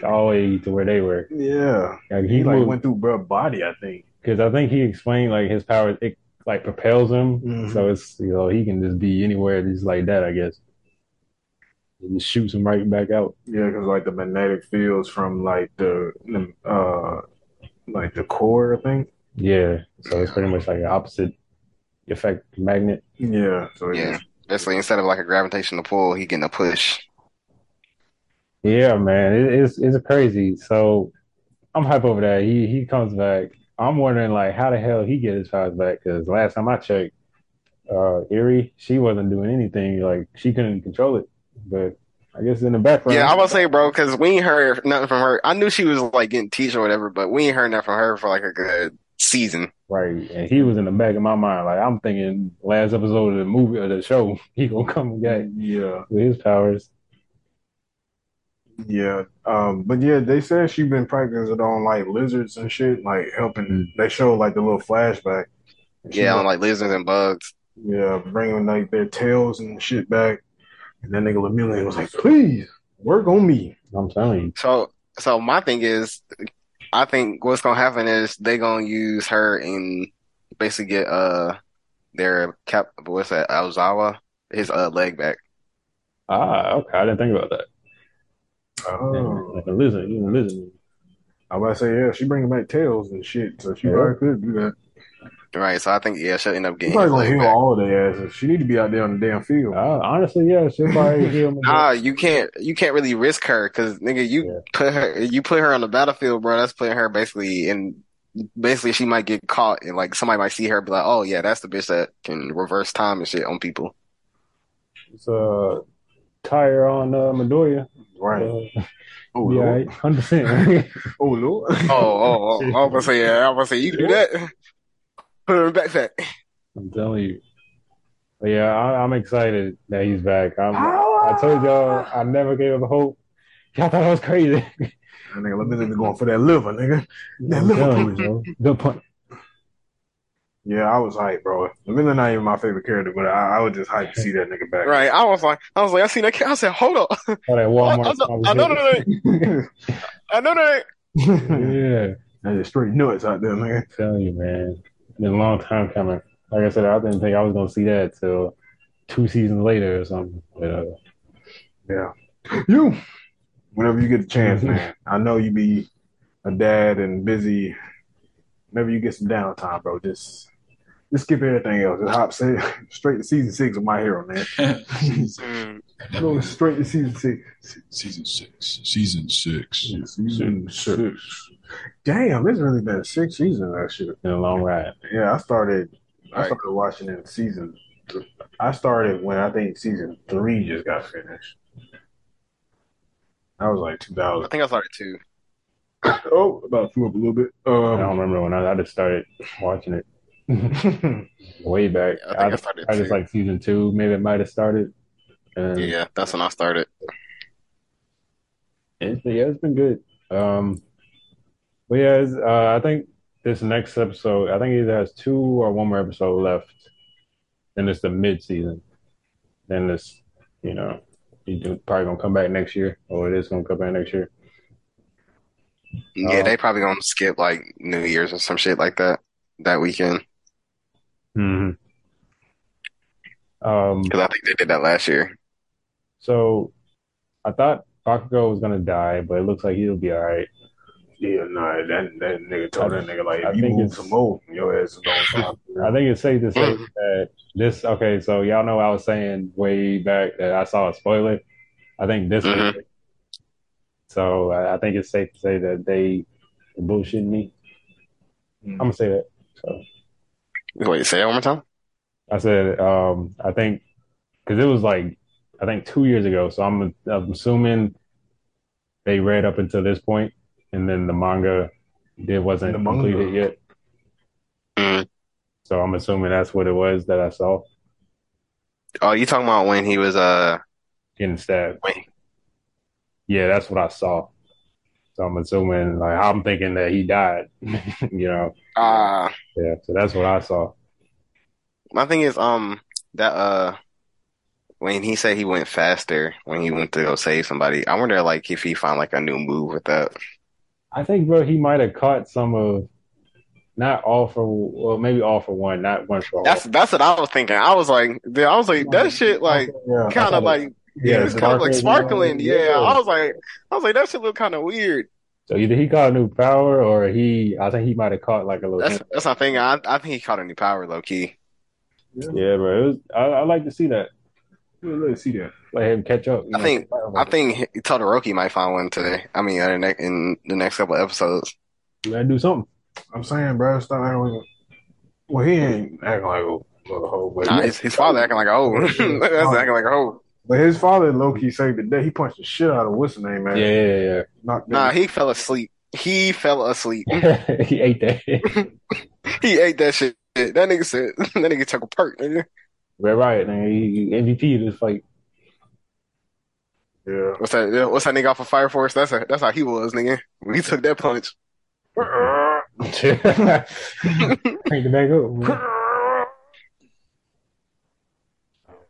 C: to all the way to where they were.
D: yeah,
C: Like,
D: he,
C: he
D: like
C: moved
D: went through bruh body, I think.
C: because I think he explained like his power it like propels him,
D: Mhm.
C: so it's you know he can just be anywhere just like that, I guess. It just shoots him right back out.
D: Yeah, because like the magnetic fields from like the, the, uh, like the core, I think.
C: Yeah, so it's pretty much like an opposite effect magnet.
D: Yeah, so
B: Yeah. Basically, instead of like a gravitational pull, he getting a push.
C: Yeah, man, it, it's it's crazy. So I'm hype over that. He he comes back. I'm wondering like how the hell he get his powers back because last time I checked, uh, Erie, she wasn't doing anything. Like she couldn't control it. But I guess in the background,
B: Yeah, I was say, bro, because we ain't heard nothing from her. I knew she was like getting teacher or whatever, but we ain't heard nothing from her for like a good season.
C: right. And he was in the back of my mind. Like I'm thinking, last episode of the movie or the show, he gonna come and get
D: Yeah,
C: with his powers.
D: yeah. Um, but yeah, they said she been practicing on like lizards and shit, like helping. They show like the little flashback. She
B: Yeah, on like lizards and bugs.
D: Yeah, bringing like their tails and shit back. And that nigga Lamillion was like, please work on me.
C: I'm telling you.
B: So, so my thing is, I think what's gonna happen is they gonna use her and basically get uh their cap. What's that? Alzawa, his uh leg back.
C: Ah, okay. I didn't think about that.
D: Oh,
C: Like a lizard, you a lizard.
D: I about to say, yeah, she bringing back tails and shit, so she
C: Yeah.
D: probably could do that.
B: Right. So I think yeah, she'll end up
D: She
B: getting
D: probably
B: his leg
D: gonna heal
B: back.
D: all of their asses. She need to be out there on the damn field.
C: Ah, honestly, yeah, she probably heal me.
B: Nah, you can't. You can't really risk her because nigga, you
C: Yeah.
B: put her. You put her on the battlefield, bro. That's putting her basically in. Basically, she might get caught and like somebody might see her, and be like, "Oh yeah, that's the bitch that can reverse time and shit on people."
C: It's uh, tire on uh, Midoriya.
D: Right.
C: Uh,
D: Oh,
C: yeah,
D: Lord.
C: hundred percent.
D: Oh, Lord.
B: Oh, oh, oh! I was gonna say, yeah, I was gonna say, you can do that. Put her in the backpack.
C: I'm telling you. But yeah, I, I'm excited that he's back. I'm, I told y'all I never gave up hope. Y'all thought I was crazy.
D: That nigga Lamillion be going for that liver, nigga. That
C: I'm
D: liver.
C: telling you, bro. Good point.
D: Yeah, I was hyped, bro. Lamillion not even my favorite character, but I, I was just hyped to see that nigga back.
B: Right. I was like, I was like, I seen that. Kid. I said, hold up.
C: All that
B: I, I
C: Walmart.
B: know, I know that. ain't- I know that. ain't-
D: that
C: Yeah,
D: is straight nuts out there, nigga.
C: I'm telling you, man. It's been a long time coming. Like I said, I didn't think I was gonna see that till two seasons later or something. But uh,
D: Yeah. You, whenever you get a chance, man. I know you be a dad and busy. Whenever you get some downtime, bro, just just skip everything else. Just hop straight, straight to season six of My Hero, man.
B: Mm,
D: Go straight to season six.
E: season six. Season six.
D: Season six. Damn, it's really been six seasons of that shit.
C: it's been a long ride.
D: Yeah, I started. I
B: Right.
D: started watching it in season. th- I started when I think season three just got finished. That was like two
B: I
D: thousand.
B: think I started too.
D: Oh, about flew up a little bit.
C: I don't
D: Um,
C: remember when I, I just started watching it way back.
B: I think I,
C: I,
B: started
C: I
B: too.
C: just like season two. Maybe it might have started. And
B: yeah, that's when I started.
C: Oh. It's, yeah, it's been good. Um, but yeah, it's, uh, I think this next episode, I think it either has two or one more episode left. Then it's the mid season. Then it's, you know, you do, probably gonna come back next year, or it is gonna come back next year.
B: Yeah,
C: Oh.
B: they probably gonna skip like New Year's or some shit like that that weekend
C: Mm-hmm. Um,
B: because I think they did that last year.
C: so I thought Bakugo was gonna die, but it looks like he'll be all right.
D: yeah, nah, that that nigga told that nigga like
C: I
D: if you
C: think
D: move
C: it's-
D: some more, your ass is going to
C: I think it's safe to say that this, okay, so y'all know I was saying way back that I saw a spoiler. I think this was
B: Mhm.
C: it. So I, I think it's safe to say that they bullshitting me.
D: Mm.
C: I'm gonna say that. So
B: Wait, say that one more time.
C: I said, um, I think because it was like I think two years ago. So I'm, I'm assuming they read up until this point, and then the manga it wasn't
D: The manga.
C: completed yet.
B: Mm.
C: So I'm assuming that's what it was that I saw
B: Oh, you talking about when he was uh
C: getting stabbed.
B: when
C: Yeah, that's what I saw. So I'm assuming, like, I'm thinking that he died. you know,
B: ah
C: yeah. So that's what I saw.
B: My thing is, um, that uh, when he said he went faster when he went to go save somebody, I wonder like if he found like a new move with that.
C: I think, bro, he might have caught some of, not all for, well, maybe all for one, not one for all.
B: That's that's what I was thinking. I was like, dude, I was like, that shit like
D: yeah,
B: kind of like yeah, it's kind of like sparkling. Yeah, I was like, I was like, that shit look kind of weird.
C: So either he caught a new power or he, I think he might have caught like a little.
B: That's that's my thing. I I think he caught a new power, low key.
C: yeah, bro. It was, I, I like to see that.
D: Let's see that.
C: Let him catch up. you
B: I
C: know.
B: think I think Todoroki might find one today. I mean, uh, in the ne- in the next couple episodes.
C: you gotta do something.
D: I'm saying, bro, stop acting. like a- Well, he ain't acting like a Well, the whole way.
B: Nah, his, his father acting like a hoe. That's acting like a hoe.
D: But his father low key saved the day. He punched the shit out of what's the name, man.
C: Yeah, yeah,
D: Knocked
B: Nah,
D: him.
B: he fell asleep. He fell asleep.
C: yeah. he ate that.
B: He ate that shit. That nigga said that nigga took a perk. Nigga.
C: Red Riot, man. He, he MVP of this fight.
D: yeah.
B: What's that? What's that nigga off of Fire Force? That's a, that's how he was, nigga. We took that punch.
C: Crank it back up. Man.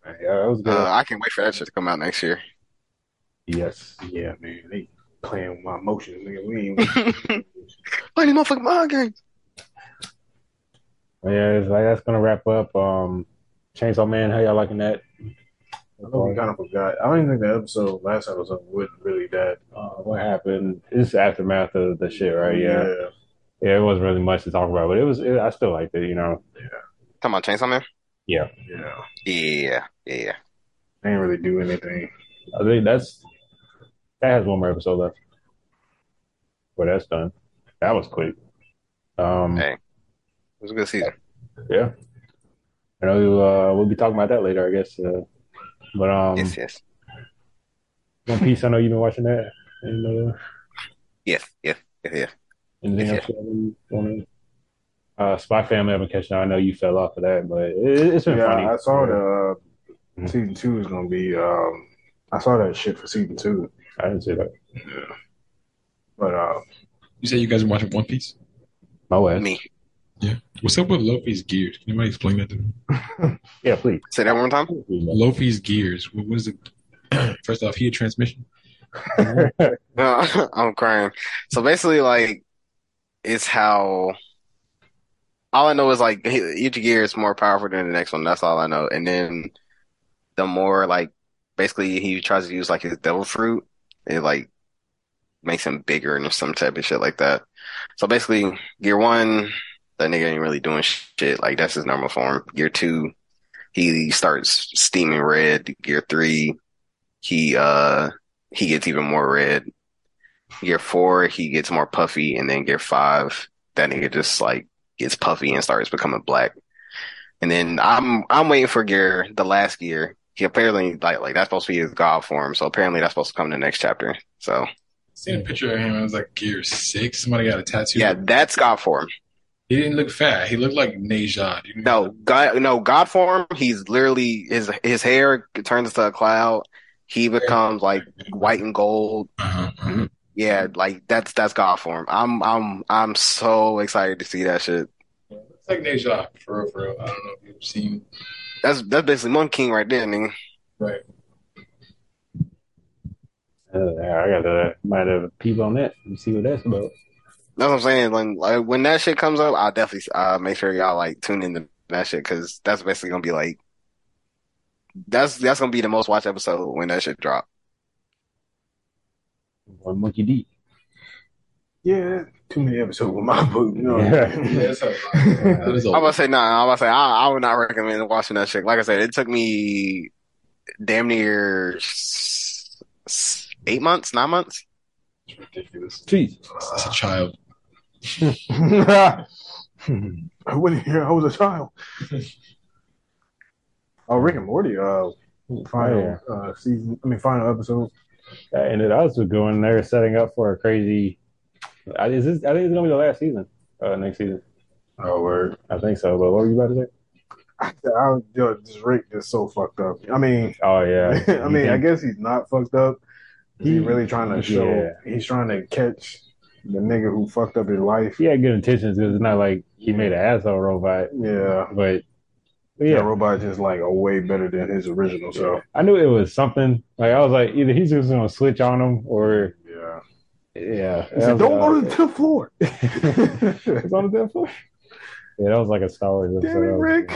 C: Yeah, that was good.
B: Uh, I can't wait for that shit to come out next year.
D: Yes. Yeah, man. They playing with my emotions, nigga. We ain't
B: Play these motherfucking mind games.
C: yeah, it's like that's gonna wrap up. Um, Chainsaw Man, how y'all liking that?
D: I know we kind of forgot. I don't even think the episode last time was up wasn't really that.
C: Uh, what happened? It's the aftermath of the shit, right? Yeah. yeah,
D: yeah.
C: It wasn't really much to talk about, but it was. It, I still liked it, you know.
B: Talking about Chainsaw Man.
D: yeah.
B: Yeah, yeah.
D: They ain't really do anything.
C: I think that's that has one more episode left. Well, that's done. That was quick. Um,
B: Hey. It was a good season.
C: yeah. I know uh, we'll be talking about that later, I guess. Uh, but um,
B: yes, yes,
C: One Piece. I know you've been watching that. And, uh,
B: yes, yes, yes, yes.
C: anything else you want to? Uh, Spy Family. I've been catching. up. I know you fell off of that, but it, it's been
D: Yeah,
C: funny.
D: I saw the uh,
C: Mhm.
D: season two is gonna be. Um, I saw that shit for season two,
C: I didn't see that.
D: but uh,
E: You say you guys are watching One Piece?
C: My way.
B: Me.
E: What's up with Luffy's gears? Can anybody explain that to me?
C: Yeah, please.
B: Say that one more time.
E: Luffy's gears. What was it? First off, he a transmission.
B: No, I'm crying. So basically, like, it's how all I know is like he- each gear is more powerful than the next one. That's all I know. And then the more like basically he tries to use like his devil fruit, it like makes him bigger and some type of shit like that. So basically, gear one, that nigga ain't really doing shit. Like that's his normal form. Gear two, he starts steaming red. Gear three, he uh he gets even more red gear four he gets more puffy and then gear five that nigga just like gets puffy and starts becoming black and then i'm i'm waiting for gear the last gear he apparently like like that's supposed to be his god form so apparently that's supposed to come in the next chapter so
E: Seen a picture of him. I was like gear six. Somebody got a tattoo.
B: yeah that's god form
E: He didn't look fat. He looked like Najad. You know,
B: no god no god form he's literally his his hair turns into a cloud he becomes like white and gold
E: Uh-huh, uh-huh.
B: yeah like that's that's god form i'm i'm i'm so excited to see that shit
E: Looks like Najad for real. For real. I don't know if you've seen.
B: That's that's basically Monkey King right there, nigga.
E: Right.
C: Uh, I gotta might have peep on that and see what that's about.
B: That's what I'm saying. When like when that shit comes up, I'll definitely uh make sure y'all like tune into that shit because that's basically gonna be like that's that's gonna be the most watched episode when that shit drop.
C: One monkey deep.
D: yeah, too many episodes with my book. You know.
E: Yeah,
D: Yeah.
E: that's how. That was
B: I'm
E: old.
B: about to say nah. I'm about to say I, I would not recommend watching that shit. Like I said, it took me damn near s- s- eight months, nine months.
E: It's ridiculous.
C: Jeez.
E: As a child,
D: I went here. I was a child. oh, Rick and Morty. Uh, final
C: Yeah.
D: uh season. I mean, final episode.
C: That ended. Uh, I was going there setting up for a crazy. I, is this, I think it's gonna be the last season. Uh, next season.
D: Oh, word.
C: I think so. But what were you about to say?
D: I, I, yo, this Rick is so fucked up. I mean,
C: Oh yeah.
D: I mean, I
C: He-
D: guess he's not fucked up. He's
C: He-
D: really trying to show.
C: Yeah.
D: He's trying to catch the nigga who fucked up his life.
C: he had good intentions because it's not like he made an asshole robot,
D: Yeah.
C: but, but
D: Yeah,
C: yeah,
D: robot's just like a way better than his original self.
C: I knew it was something. Like I was like, either he's just gonna switch on him or
D: Yeah.
C: yeah,
D: He
C: That
D: said, Don't
C: was,
D: go to
C: uh,
D: the tenth floor.
C: it's on the death floor. Yeah, that was like a Star Wars
D: Damn it,
C: episode.
D: Rick.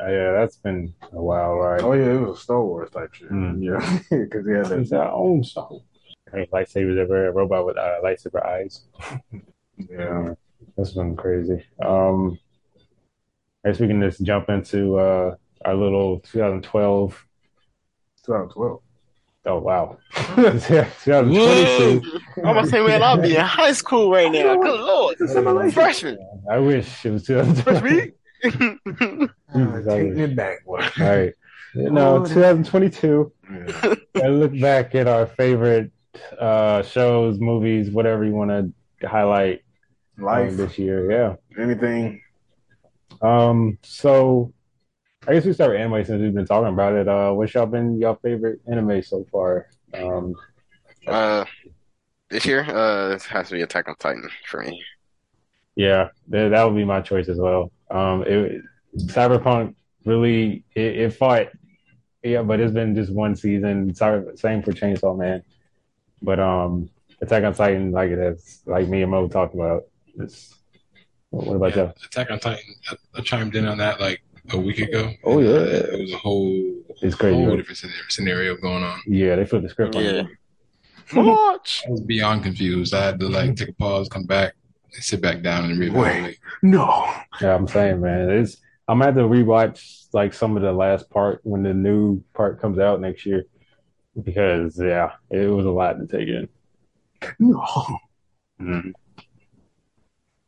C: Uh, yeah, that's been a wild ride.
D: Oh yeah, it was a Star Wars type shit.
C: Mm.
D: Yeah, because he had
C: It's
D: that.
C: our own Star Wars. I mean, lightsabers everywhere. A robot with uh, lightsaber eyes.
D: Yeah.
C: That's been crazy. Um, I guess we can just jump into uh, our little 2012.
D: 2012.
C: Oh wow, 2022.
B: I'm about to say, man, I'll be in high school right now. Good lord, freshman.
C: I wish it was 2012.
D: Uh,
C: Mm, Exactly.
D: taking it back. boy.
C: All right. You know,
D: Oh,
C: 2022.
D: Yeah.
C: I look back at our favorite uh, shows, movies, whatever you want to highlight um,
D: Life,
C: this year. Yeah.
D: anything.
C: Um. So, I guess we start with anime since we've been talking about it. Uh, what's y'all been your favorite anime so far? Um.
B: Uh, this year, uh, it has to be Attack on Titan for me.
C: Yeah, that, that would be my choice as well. Um, it, Cyberpunk really it, it fought, yeah, but it's been just one season. Sorry, same for Chainsaw Man, but um, Attack on Titan, like it has, like me and Mo talked about. It's, what, what about
E: Yeah, Attack on Titan. I, I chimed in on that like a week ago. uh,
C: Oh, yeah.
E: it was a whole
C: that? It's crazy.
E: whole different scenario, scenario going on.
C: Yeah, they flipped the script on
B: Yeah.
C: it.
B: Watch.
E: I was beyond confused. I had to like take a pause, come back, and sit back down and reevaluate.
D: No.
C: Yeah, I'm saying, man, it's I'm gonna have to rewatch like some of the last part when the new part comes out next year because yeah, it was a lot to take in.
D: No.
E: Mm.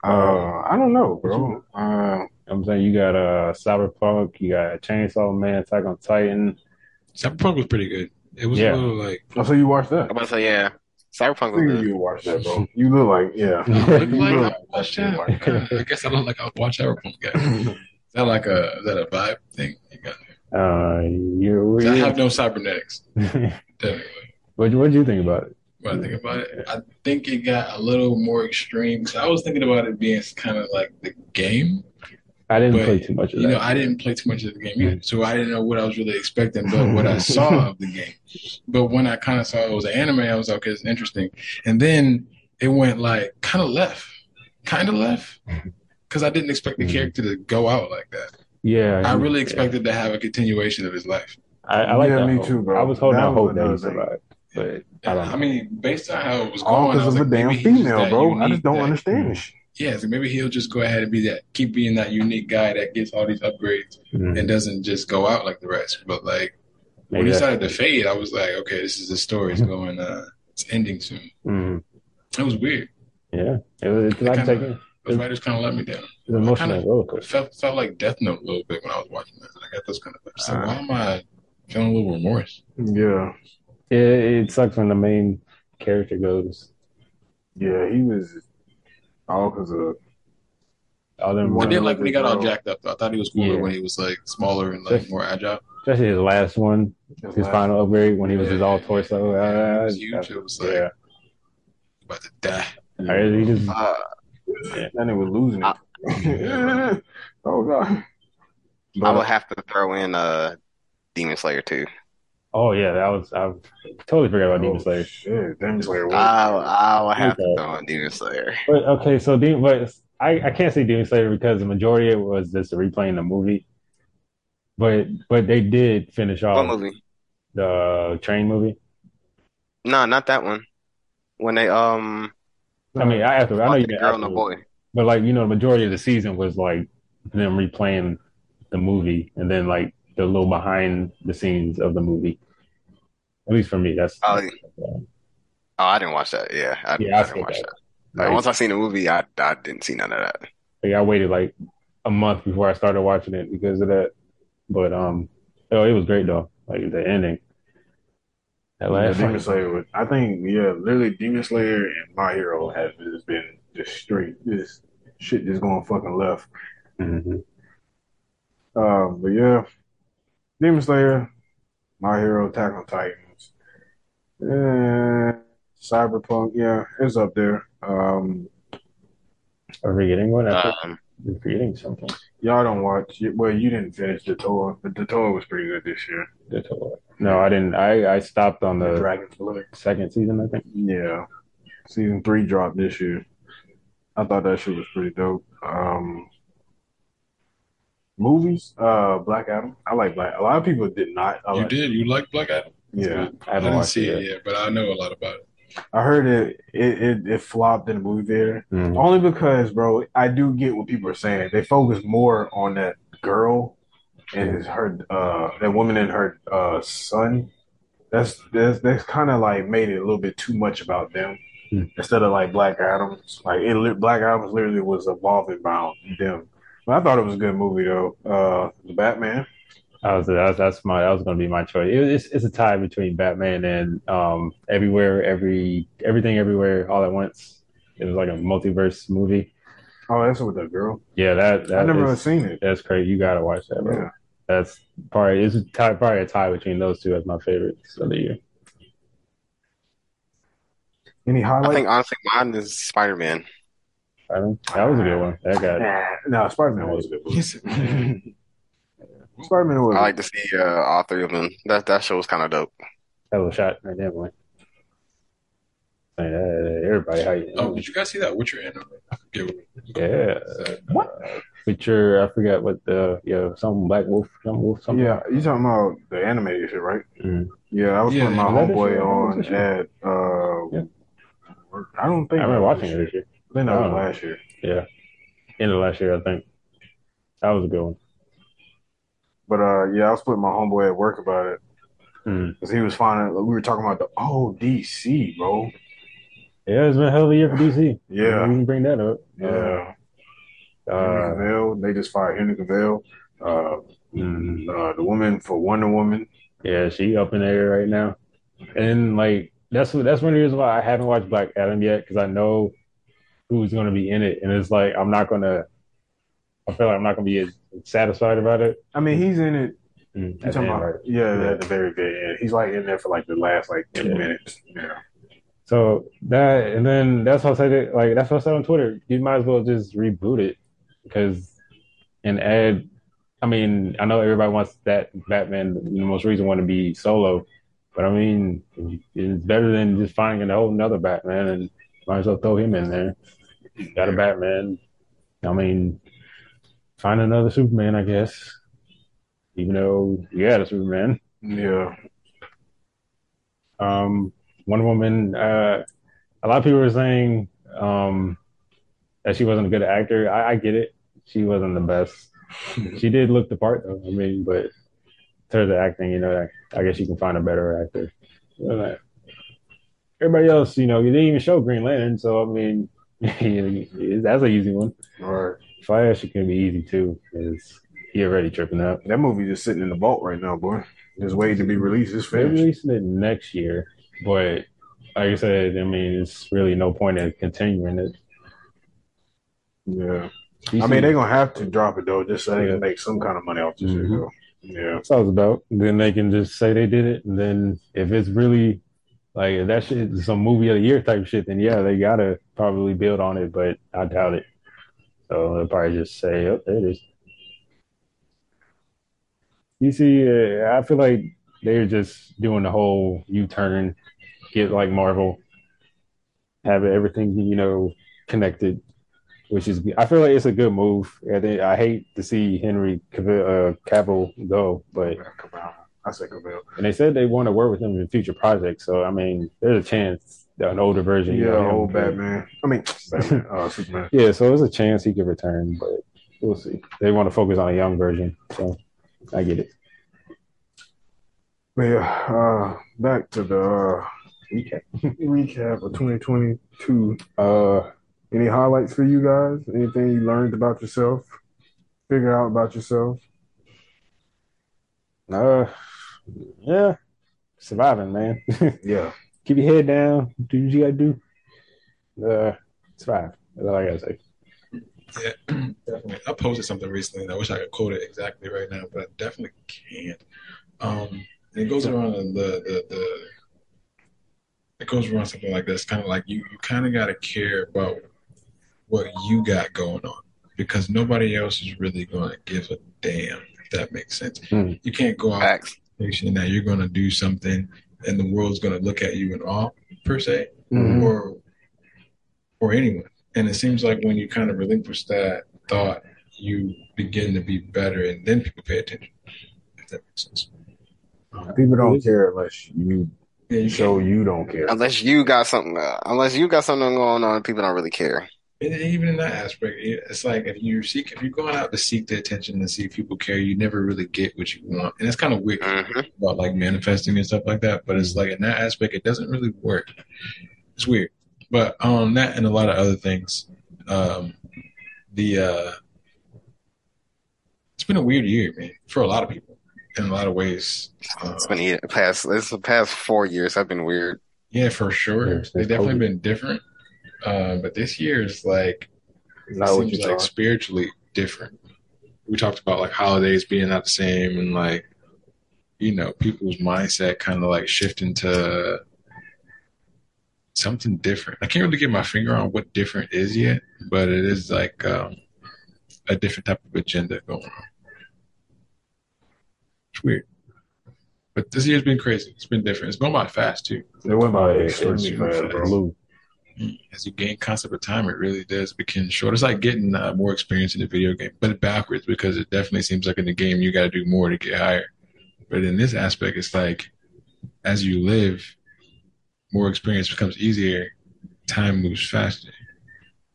D: Uh, I don't know, bro. Uh,
C: I'm saying you got uh Cyberpunk, you got Chainsaw Man, Attack on Titan.
E: Cyberpunk was pretty good. It was
C: Yeah.
E: a little like
D: oh, so you watched that?
B: I'm about to say yeah. Cyberpunk was
D: figured
B: good.
D: you watched that, bro. You look like, yeah.
E: I look like
D: Yeah.
E: I watched that. Uh, I guess I look like I watched Cyberpunk. Yeah. Is that like a is that a vibe thing you got there?
C: Uh, you
E: 'Cause I have
C: what
E: no cybernetics. Definitely.
C: what do you think about it?
E: When I think about it, I think it got a little more extreme. 'Cause I was thinking about it being kind of like the game.
C: I didn't
E: But,
C: play too much of
E: You know,
C: that.
E: I didn't play too much of the game either, so I didn't know what I was really expecting, but what I saw of the game. But when I kind of saw it was an anime, I was like, okay, it's interesting. And then it went like kind of left, kind of left,
D: Mm-hmm.
E: because I didn't expect the character to go out like that.
C: yeah,
E: I
D: Mm-hmm.
C: you-
E: really
C: yeah.
E: expected to have a continuation of his life.
C: I, I like
D: Yeah,
C: that
D: me
C: hope.
D: too, bro.
C: I was holding
D: That
C: out
D: was
C: hope that he
D: another thing.
C: survived, but I
E: I,
C: don't know.
E: mean, based on how it was
D: All
E: going, I
D: because
E: was
D: of
E: like,
D: a damn
E: maybe he's just
D: female,
E: that
D: bro. I
E: unique
D: just don't
E: that- Mm.
D: understand this shit.
E: Yeah, so maybe he'll just go ahead and be that, keep being that unique guy that gets all these upgrades
C: Mm,
E: and doesn't just go out like the rest. But like when
C: maybe
E: he
C: that's-
E: started to fade, I was like, okay, this is the story. It's going, uh, it's ending soon.
C: mm,
E: It was weird.
C: yeah, it was, it's
E: It
C: like
E: kinda-
C: taking
E: The writers kind of let me down.
C: it's an emotional
E: kinda-
C: roller
E: It
C: coaster.
E: felt felt like Death Note a little bit when I was watching that. I got those kind of vibes. Like, why am I feeling a little remorse?
D: Yeah.
C: It, it sucks when the main character goes.
D: Yeah, he was all because of.
C: All them,
E: I
D: One
E: did
D: of
E: like when he got all
D: bro.
E: jacked up. Though. I thought he was cooler
C: Yeah.
E: when he was like smaller and like more agile.
C: especially his last one, his final upgrade when he was his all torso.
E: Yeah,
C: Uh,
E: it was huge. It was like
C: yeah,
E: about to die.
C: I, he just
B: Uh,
D: That nigga was losing it.
E: Yeah,
D: oh, God.
B: Uh, I would have to throw in uh, Demon Slayer too.
C: Oh yeah, that was I totally forgot about
B: Oh,
C: Demon Slayer.
D: Oh, Shit, Demon Slayer. was-
B: I I would have
C: Okay.
B: to throw in Demon Slayer.
C: But okay, so Demon, but I, I can't say Demon Slayer because the majority of it was just replaying the movie. But but they did finish
B: What
C: off
B: movie?
C: the train movie.
B: No, not that one. When they um,
C: I mean, I after I know
B: fought
C: you
B: the
C: meant
B: girl and the
C: afterwards.
B: boy.
C: but like you know, the majority of the season was like them replaying the movie and then like the little behind the scenes of the movie. At least for me, that's
B: Oh, oh, I didn't watch that. Yeah, I,
C: Yeah, I
B: I
C: saw
B: didn't watch
C: that.
B: that. Like,
C: Like,
B: once I seen the movie, I I didn't see none of that.
C: Like I waited like a month before I started watching it because of that. But um, oh, it was great though. Like the ending. That
D: Yeah,
C: last
D: Demon
C: fight.
D: Slayer was, I think, yeah, literally Demon Slayer and My Hero have just been just straight, just shit just going fucking left.
C: Mhm.
D: Um, but yeah, Demon Slayer, My Hero, Attack on Titans, eh, Cyberpunk, yeah, it's up there. Um,
C: Are we getting one? I think
B: Um,
C: we're forgetting something.
D: y'all don't watch, well, you didn't finish the tour, but the tour was pretty good this year.
C: That's all right. No, I didn't. I I stopped on
D: The
C: the
D: Dragon's Blade.
C: second season. I think.
D: Uh, Yeah. Season three dropped this year. I thought that shit was pretty dope. Um movies, uh Black Adam. I like Black a lot of people did not. I
E: you
D: like,
E: did. You liked Black Adam?
D: Yeah.
C: I
E: I,
C: haven't
E: didn't
C: watched
E: see
C: it
E: it yet, but I know a lot about it.
D: I heard it it, it it flopped in the movie theater.
C: yet. Mhm.
D: Only because, bro, I do get what people are saying. They focus more on that girl and his, her uh that woman and her uh son. That's that's, that's kind of like made it a little bit too much about them
C: Hmm.
D: instead of like Black Adams. Like it, li- Black Adams literally was evolving around them. I thought it was a good movie though. Uh, the Batman.
C: That was, that was that's my that was gonna be my choice. It was, it's it's a tie between Batman and um everywhere every everything everywhere all at once. It was like a multiverse movie.
D: Oh, that's with that girl.
C: Yeah, that that
D: I never
C: is-
D: seen it.
C: that's crazy. You gotta watch that, bro.
D: Yeah.
C: That's probably it's a tie, probably a tie between those two as my favorites of the year.
D: Any
B: I
D: highlights?
B: think honestly, mine is Spider Man.
C: I don't- that was a good one. That got
D: nah, no, Spider Man was a good movie. Spider Man was.
B: I like to see uh, all three of them. That that show was kind of dope.
C: that was a shot right there, boy. Man, that- everybody, how you?
E: Oh, did you guys see that Witcher anime? I forget what it's called.
C: Yeah.
E: It's, uh,
D: What?
C: But your, I forgot what the yeah, some black wolf, some wolf, something.
D: yeah, you talking about the animated shit, right?
C: Mhm.
D: Yeah, I was
E: Yeah,
D: putting my
C: yeah.
D: homeboy
C: Is
D: on
C: that
D: at. Uh, I don't
C: I
D: think
C: remember
D: that was
C: watching it
D: this
C: this year,
D: year. I think that was
C: Oh.
D: last year.
C: end of last year, I think. That was a good one.
D: But uh, yeah, I was putting my homeboy at work about it
C: Mm.
D: because he was finding. We were talking about the oh DC, bro.
C: Yeah, it's been a hell of a year for DC.
D: Yeah.
C: we can bring that up.
D: Yeah,
C: Uh,
D: Henry
C: uh,
D: Cavill. They just fired Henry Cavill. Uh,
C: mm,
D: uh, the woman for Wonder Woman.
C: yeah, she up in the air right now, and like that's what that's one of the reasons why I haven't watched Black Adam yet because I know who's going to be in it, and it's like I'm not gonna. I feel like I'm not gonna be as satisfied about it.
D: I mean, he's in it.
C: Mm,
D: You
C: at the
D: talking
C: end,
D: about,
C: right?
D: yeah,
C: Yeah.
D: at the very very end. He's like in there for like the last like two
C: Yeah.
D: minutes. Yeah.
C: So that, and then that's what I said. It, like that's what I said on Twitter. You might as well just reboot it because, and add. I mean, I know everybody wants that Batman, the most recent one, to be solo, but I mean, it's better than just finding a whole another Batman and might as well throw him in there. Got a Batman. I mean, find another Superman, I guess. Even though you had a Superman.
D: Yeah.
C: Um, Wonder Woman. Uh, a lot of people were saying um, that she wasn't a good actor. I, I get it. She wasn't the best. She did look the part, though. I mean, but in terms of acting, you know, I, I guess you can find a better actor. But, like, everybody else, you know, you didn't even show Green Lantern, so I mean, that's an easy one.
D: All right.
C: Flash, it can be easy too, because he already tripping up.
D: That movie just sitting in the vault right now, boy. Just waiting to be released. It's
C: They're
D: finished.
C: releasing it next year, but like I said, I mean, it's really no point in continuing it.
D: Yeah.
C: You
D: I
C: see-
D: mean, they're gonna have to drop it though, just so they
C: Yeah.
D: can make some kind of money off this shit,
C: Mhm.
D: though. Yeah.
C: that's all it's about. Then they can just say they did it, and then if it's really like if that shit is some movie of the year type shit, then yeah, they gotta probably build on it, but I doubt it. So they'll probably just say, "Oh, there it is." You see, uh, I feel like they're just doing the whole U-turn, get like Marvel, have everything you know connected. Which is, I feel like it's a good move. I, think, I hate to see Henry Cavill, uh, Cavill go, but
D: I said Cavill.
C: and they said they want to work with him in future projects. So I mean, there's a chance that an older version.
D: Yeah,
C: of him
D: old
C: could-
D: Batman. I mean, Batman. Uh, Superman.
C: Yeah, so there's a chance he could return, but we'll see. They want to focus on a young version, so I get it.
D: But yeah, uh, back to the uh, recap. recap of 2022. Uh, any highlights for you guys? Anything you learned about yourself? Figure out about yourself?
C: Uh, yeah, surviving, man.
D: Yeah.
C: Keep your head down. Do what you gotta do. Uh, survive. That's all I gotta say.
E: Yeah, definitely. I posted something recently, and I wish I could quote it exactly right now, but I definitely can't. Um, it goes around the the the. It goes around something like this, kind of like you you kind of got to care about what you got going on because nobody else is really going to give a damn. If that makes sense,
C: Hmm.
E: you can't go out
B: Facts.
E: expectation that you're going to do something and the world's going to look at you in awe per se
D: Mhm.
E: or or anyone and it seems like when you kind of relinquish that thought you begin to be better and then people pay attention if that makes sense
D: People don't care unless you
E: yeah you
D: show
E: show
D: you don't care.
B: Unless you got something, uh, unless you got something going on, people don't really care.
E: and even in that aspect it- it's like if you seek if you're going out to seek the attention and see if people care you never really get what you want and it's kind of weird
B: hmm
E: about like manifesting and stuff like that. But it's like in that aspect, it doesn't really work. It's weird. But um, that and a lot of other things, um, the uh, been a weird year, man, for a lot of people in a lot of ways. Uh,
B: It's been yeah, past it's the past four years. I've been weird.
E: yeah, for
C: Yeah,
E: sure.
C: it's
E: They've definitely
C: COVID.
E: been different. Uh, but this year is like
D: Not what
E: seems
D: you
E: like
D: thought.
E: spiritually different. We talked about like holidays being not the same and like you know people's mindset kind of like shifting to something different. I can't really get my finger on what different is yet, but it is like um, a different type of agenda going on. It's weird. But this year's been crazy. It's been different. It's going by fast too.
D: It went by
E: Extremely
D: extremely fast,
E: fast.
D: bro.
C: Blue.
B: Mm.
E: As you gain concept of time, it really does begin short. It's like getting uh, more experience in a video game, but backwards because it definitely seems like in the game you got to do more to get higher. But in this aspect, it's like as you live, more experience becomes easier. Time moves faster. Uh,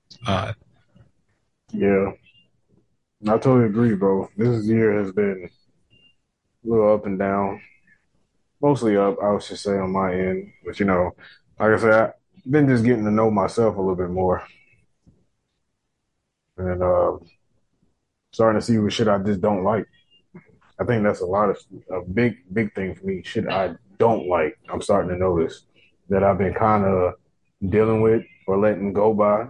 E: It's odd.
D: Yeah. And I totally agree, bro. This year has been a little up and down. Mostly up, I should say, on my end. But, you know, like I said, I've been just getting to know myself a little bit more. And uh, starting to see what shit I just don't like. I think that's a lot of a big, big thing for me. Shit I don't like. I'm starting to notice that I've been kind of dealing with or letting go by.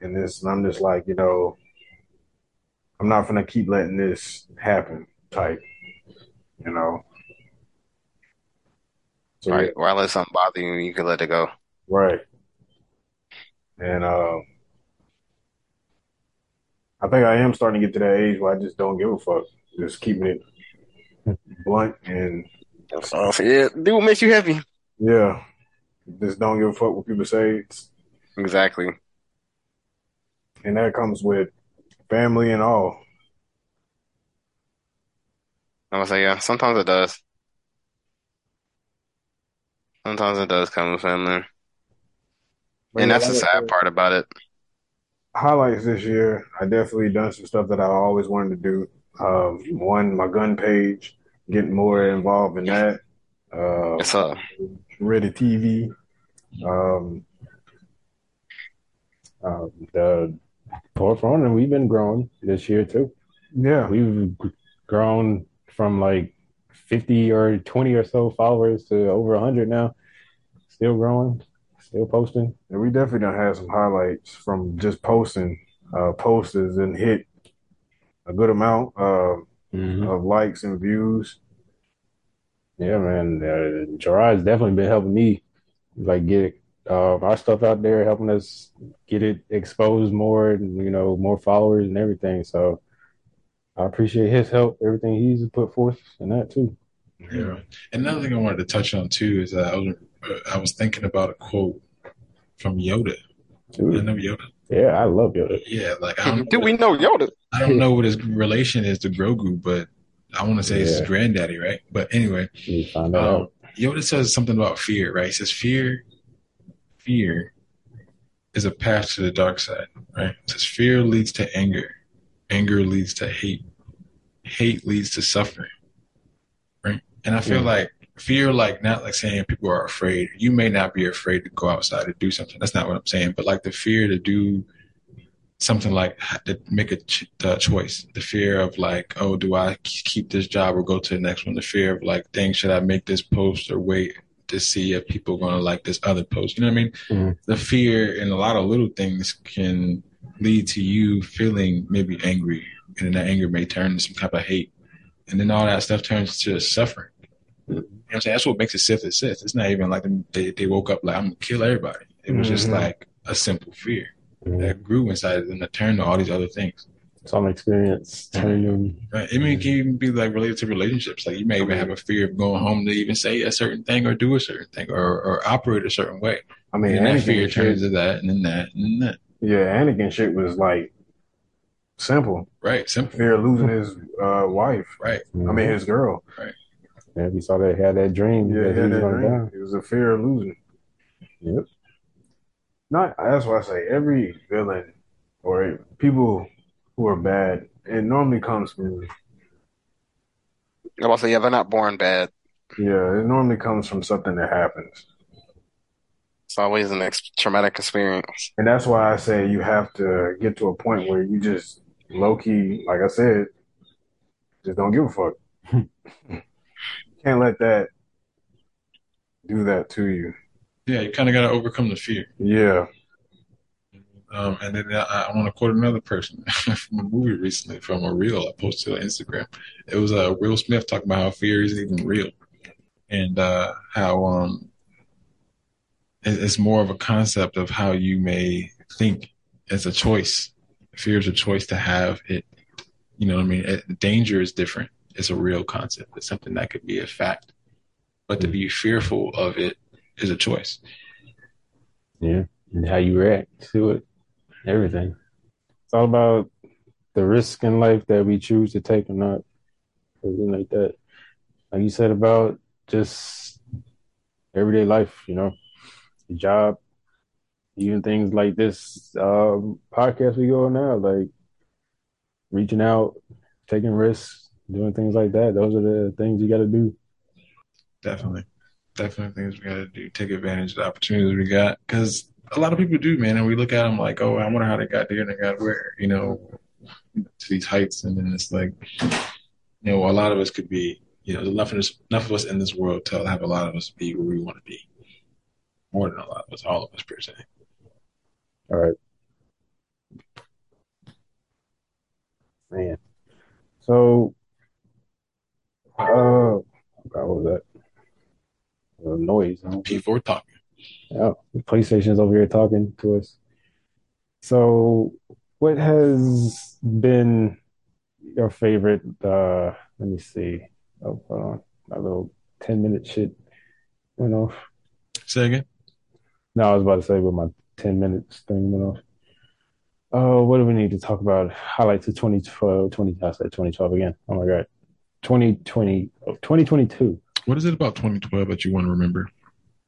D: And this, and I'm just like, you know, I'm not gonna keep letting this happen, type, you know. So,
B: Right? Why let something bother you? You can let it go.
D: Right. And uh, I think I am starting to get to that age where I just don't give a fuck. Just keeping it blunt and
B: So, yeah, do what makes you happy.
D: yeah, just don't give a fuck what people say. It's-
B: Exactly.
D: And that comes with family and all.
B: I'm gonna say yeah. Sometimes it does. Sometimes it does come with family,
D: But
B: and
D: yeah,
B: that's the
D: like I
B: sad
D: said,
B: part about it.
D: highlights this year, I definitely done some stuff that I always wanted to do. Um, one, my gun page, getting more involved in that. Uh,
B: It's up.
D: Ready TV. Um, uh,
C: Um, the forefront, and we've been growing this year too.
D: yeah,
C: We've g- grown from like 50 or 20 or so followers to over 100 now. Still growing, still posting.
D: and we definitely done had some highlights from just posting uh, posters and hit a good amount uh,
E: Mm-hmm.
D: of likes and views.
C: Yeah, man. Uh, Gerard's definitely been helping me like get uh, our stuff out there, helping us get it exposed more, and you know, more followers and everything. So I appreciate his help, everything he's put forth and that too.
E: Yeah. And another thing I wanted to touch on too is that I was uh, I was thinking about a quote from Yoda. You
C: Dude,
E: know Yoda?
C: yeah, I love Yoda.
E: Yeah. Like I don't
B: Do
E: know
B: we know Yoda?
E: I don't know what his relation is to Grogu, but I want to say it's
C: Yeah.
E: his granddaddy, right? But anyway,
C: You find that
E: um,
C: out.
E: Yoda says something about fear, right? He says fear, fear is a path to the dark side, right? It says fear leads to anger, anger leads to hate, hate leads to suffering, right? And I feel
C: Mm.
E: like fear, like not like saying people are afraid. You may not be afraid to go outside to do something. That's not what I'm saying, but like the fear to do something like to make a ch- uh, choice the fear of like oh do i k- keep this job or go to the next one the fear of like dang should i make this post or wait to see if people are going to like this other post you know what i mean
C: Mhm.
E: the fear and a lot of little things can lead to you feeling maybe angry and then that anger may turn into some type of hate and then all that stuff turns to suffering you know what i'm saying that's what makes a sith a sith it's not even like them- they, they woke up like i'm gonna kill everybody it was just
D: Mhm.
E: like a simple fear that grew inside of them that turned to all these other things.
C: Some experience turning
E: Right? I
D: Mm-hmm.
E: mean, it can even be like related to relationships. Like you may even have a fear of going home to even say a certain thing or do a certain thing or, or operate a certain way.
D: I mean,
E: and that fear
D: Anakin
E: turns
D: shit,
E: to that and then that and then that.
D: yeah, Anakin shit was like simple.
E: Right. Simple.
D: Fear of losing
E: Mm-hmm.
D: his uh, wife.
E: Right.
D: I mean, his girl.
C: yeah, we saw that had that dream
D: Yeah,
C: that
D: he
C: he
D: had
C: was
D: that
C: gonna
D: dream. It was a fear of losing.
C: die. Yep.
D: Not that's why I say every villain or people who are bad, it normally comes from
B: I'm about to say yeah. They're not born bad.
D: yeah, it normally comes from something that happens.
B: It's always an ex- traumatic experience.
D: And that's why I say you have to get to a point where you just low key, like I said, just don't give a fuck. Can't let that do that to you.
E: Yeah, you kind of got to overcome the fear.
D: Yeah.
E: Um, and then I, I want to quote another person from a movie recently, from a reel I posted on Instagram. It was uh, Will Smith talking about how fear isn't even real, and uh, how um, it- it's more of a concept of how you may think as a choice. Fear is a choice to have it. You know what I mean? It, danger is different. It's a real concept. It's something that could be a fact, but to be fearful of it is a choice.
C: Yeah, and how you react to it, everything. It's all about the risk in life that we choose to take or not, something like that. Like you said about just everyday life, you know, your job, even things like this um, podcast we go on now, like reaching out, taking risks, doing things like that. Those are the things you got to do.
E: Definitely. Definitely things we got to do. Take advantage of the opportunities we got. Because a lot of people do, man. And we look at them like, oh, I wonder how they got there and they got where, you know, to these heights. And then it's like, you know, a lot of us could be, you know, enough of us, enough of us in this world to have a lot of us be where we want to be. More than a lot of us, all of us, per se.
C: All right. Man. So, uh, what was that? The noise. huh?
E: People are talking.
C: Oh, the PlayStation's over here talking to us. So, what has been your favorite? Uh, let me see. Oh, hold on. My little 10 minute shit went off.
E: Say again.
C: No, I was about to say, but my 10 minutes thing went off. Oh, what do we need to talk about? Highlights of 2012, 20, I said 2012 again. Oh my God. 2020, oh, 2022.
E: What is it about 2012 that you want to remember?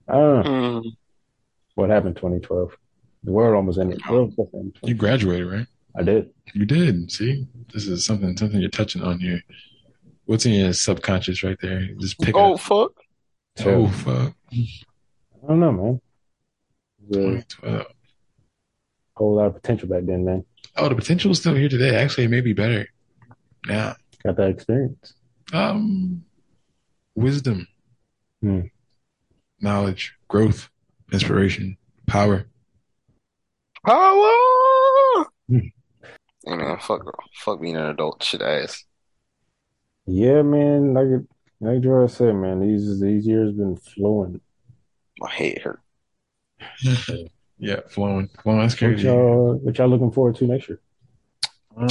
C: I don't know
B: Mm.
C: what happened 2012. The world almost ended. The world almost ended.
E: You graduated, right?
C: I did.
E: You did. See, this is something something you're touching on here. What's in your subconscious right there? Just pick
B: Oh
E: up.
B: fuck.
C: So,
E: Oh fuck.
C: I don't know, man. There's a
E: 2012.
C: whole lot of potential back then, man.
E: Oh, the potential is still here today. Actually, it may be better. Now,
C: Got that experience.
E: um, wisdom,
C: Hmm.
E: knowledge, growth, inspiration, power.
B: Power.
C: Hmm.
B: Hey man, fuck, fuck being an adult, shit ass.
C: Yeah, man. Like, like Gerard said, man, these, these years been flowing.
B: My head hurt.
E: yeah, flowing, flowing. That's
C: What
E: crazy.
C: y'all, what y'all looking forward to next year?
E: Um,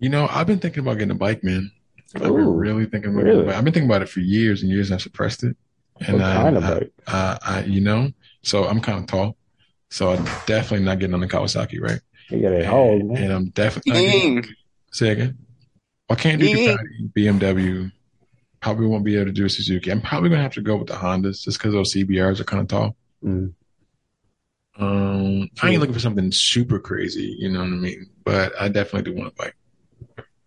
E: you know, I've been thinking about getting a bike, man. I've been
C: Ooh,
E: really thinking about
C: really?
E: getting a bike. I've been thinking about it for years and years, and I've suppressed it. And
C: What
E: I,
C: kind of
E: I-
C: bike?
E: uh, I, you know, so I'm kind of tall, so I'm definitely not getting on the Kawasaki, right?
C: You got a hog,
E: And,
C: man.
E: and I'm definitely
B: Mm.
E: say again. I can't do
B: Yeah.
E: Ducati, BMW. Probably won't be able to do a Suzuki. I'm probably gonna have to go with the Hondas just because those CBRs are kind of tall.
C: Mm.
E: Um, I ain't looking for something super crazy, you know what I mean? But I definitely do want a bike.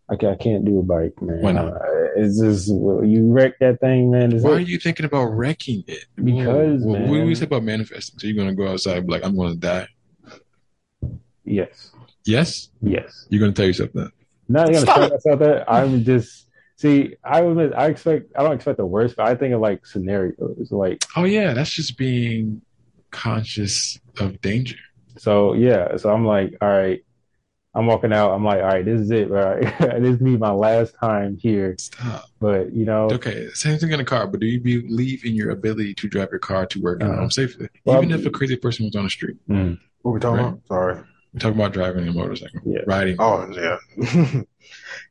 C: I ca- I can't do a bike, man.
E: Why not?
C: I- It's just well, you wreck that thing, man. Is
E: Why are
C: it?
E: you thinking about wrecking it?
C: Because,
E: Whoa, what do we
C: man.
E: say about manifesting? So you're gonna go outside and be like, I'm gonna die.
C: Yes,
E: Yes,
C: yes.
E: you're gonna tell yourself that.
C: Not gonna
B: Stop
C: start myself that. I'm just see. I was. I expect. I don't expect the worst, but I think of like scenarios. Like
E: Oh yeah, that's just being conscious of danger.
C: so, yeah. So I'm like, all right. I'm walking out. I'm like, all right. This is it. All right. this is me. My last time here.
E: Stop.
C: But you know,
E: Okay, same thing in the car, but do you believe in your ability to drive your car to work and
C: Uh-huh.
E: home safely?
C: Well,
E: Even if a crazy person was on the street.
C: mm,
D: What we talking
E: Right.
D: about? Sorry.
E: We're talking about driving a motorcycle,
C: Yeah.
E: riding.
D: Oh yeah.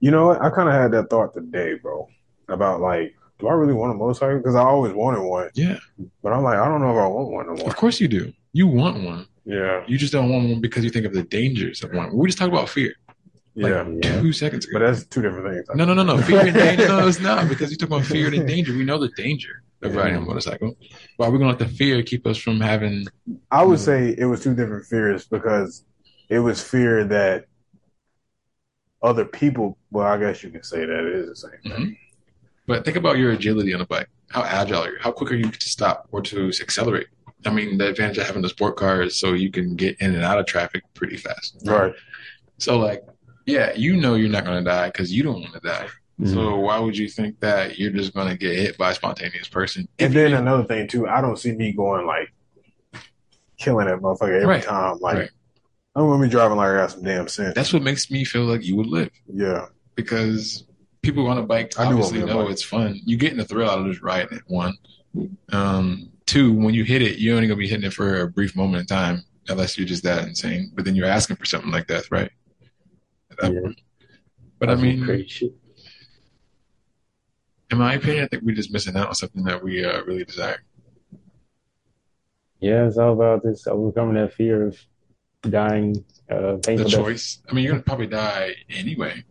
D: you know what? I kind of had that thought today, bro. About like, do I really want a motorcycle? Because I always wanted one,
E: Yeah,
D: but I'm like, I don't know if I want one no more.
E: of course you do. You want one.
D: Yeah,
E: You just don't want one because you think of the dangers of one. We just talked about fear Like-
D: yeah.
C: yeah. uh,
E: two seconds
D: But
E: ago.
D: that's two different things.
E: No, no, no, no. Fear and danger. No, it's not because you talk about fear and danger. We know the danger of
D: Yeah.
E: riding a motorcycle. Why are we going to let the fear keep us from having?
D: I would say it was two different fears because it was fear that other people. Well, I guess you can say that it is the same thing.
E: Mhm. But think about your agility on a bike. How agile are you? How quick are you to stop or to accelerate? I mean, the advantage of having the sport car is so you can get in and out of traffic pretty fast.
D: Right.
E: So like, yeah, you know you're not gonna die because you don't want to die.
D: Mm-hmm.
C: mm,
E: So why would you think that you're just gonna get hit by a spontaneous person?
D: And then another thing too, I don't see me going like killing that motherfucker every
E: Right.
D: time. Like
E: Right.
D: I'm gonna be driving like I got some damn sense.
E: That's what makes me feel like you would live
D: yeah,
E: because people on a bike
D: I do want
E: obviously
D: me to
E: know
D: bike.
E: it's fun. You get in the thrill out of just riding it. One, um, two. When you hit it, you're only gonna be hitting it for a brief moment in time, unless you're just that insane. But then you're asking for something like that, right? At that
C: Yeah.
E: point. uh, But I
C: That's some
E: mean,
C: crazy shit.
E: in my opinion, I think we're just missing out on something that we uh, really desire.
C: yeah, it's all about this overcoming that fear of dying, uh,
E: The
C: painful death.
E: choice. I mean, you're gonna probably die anyway.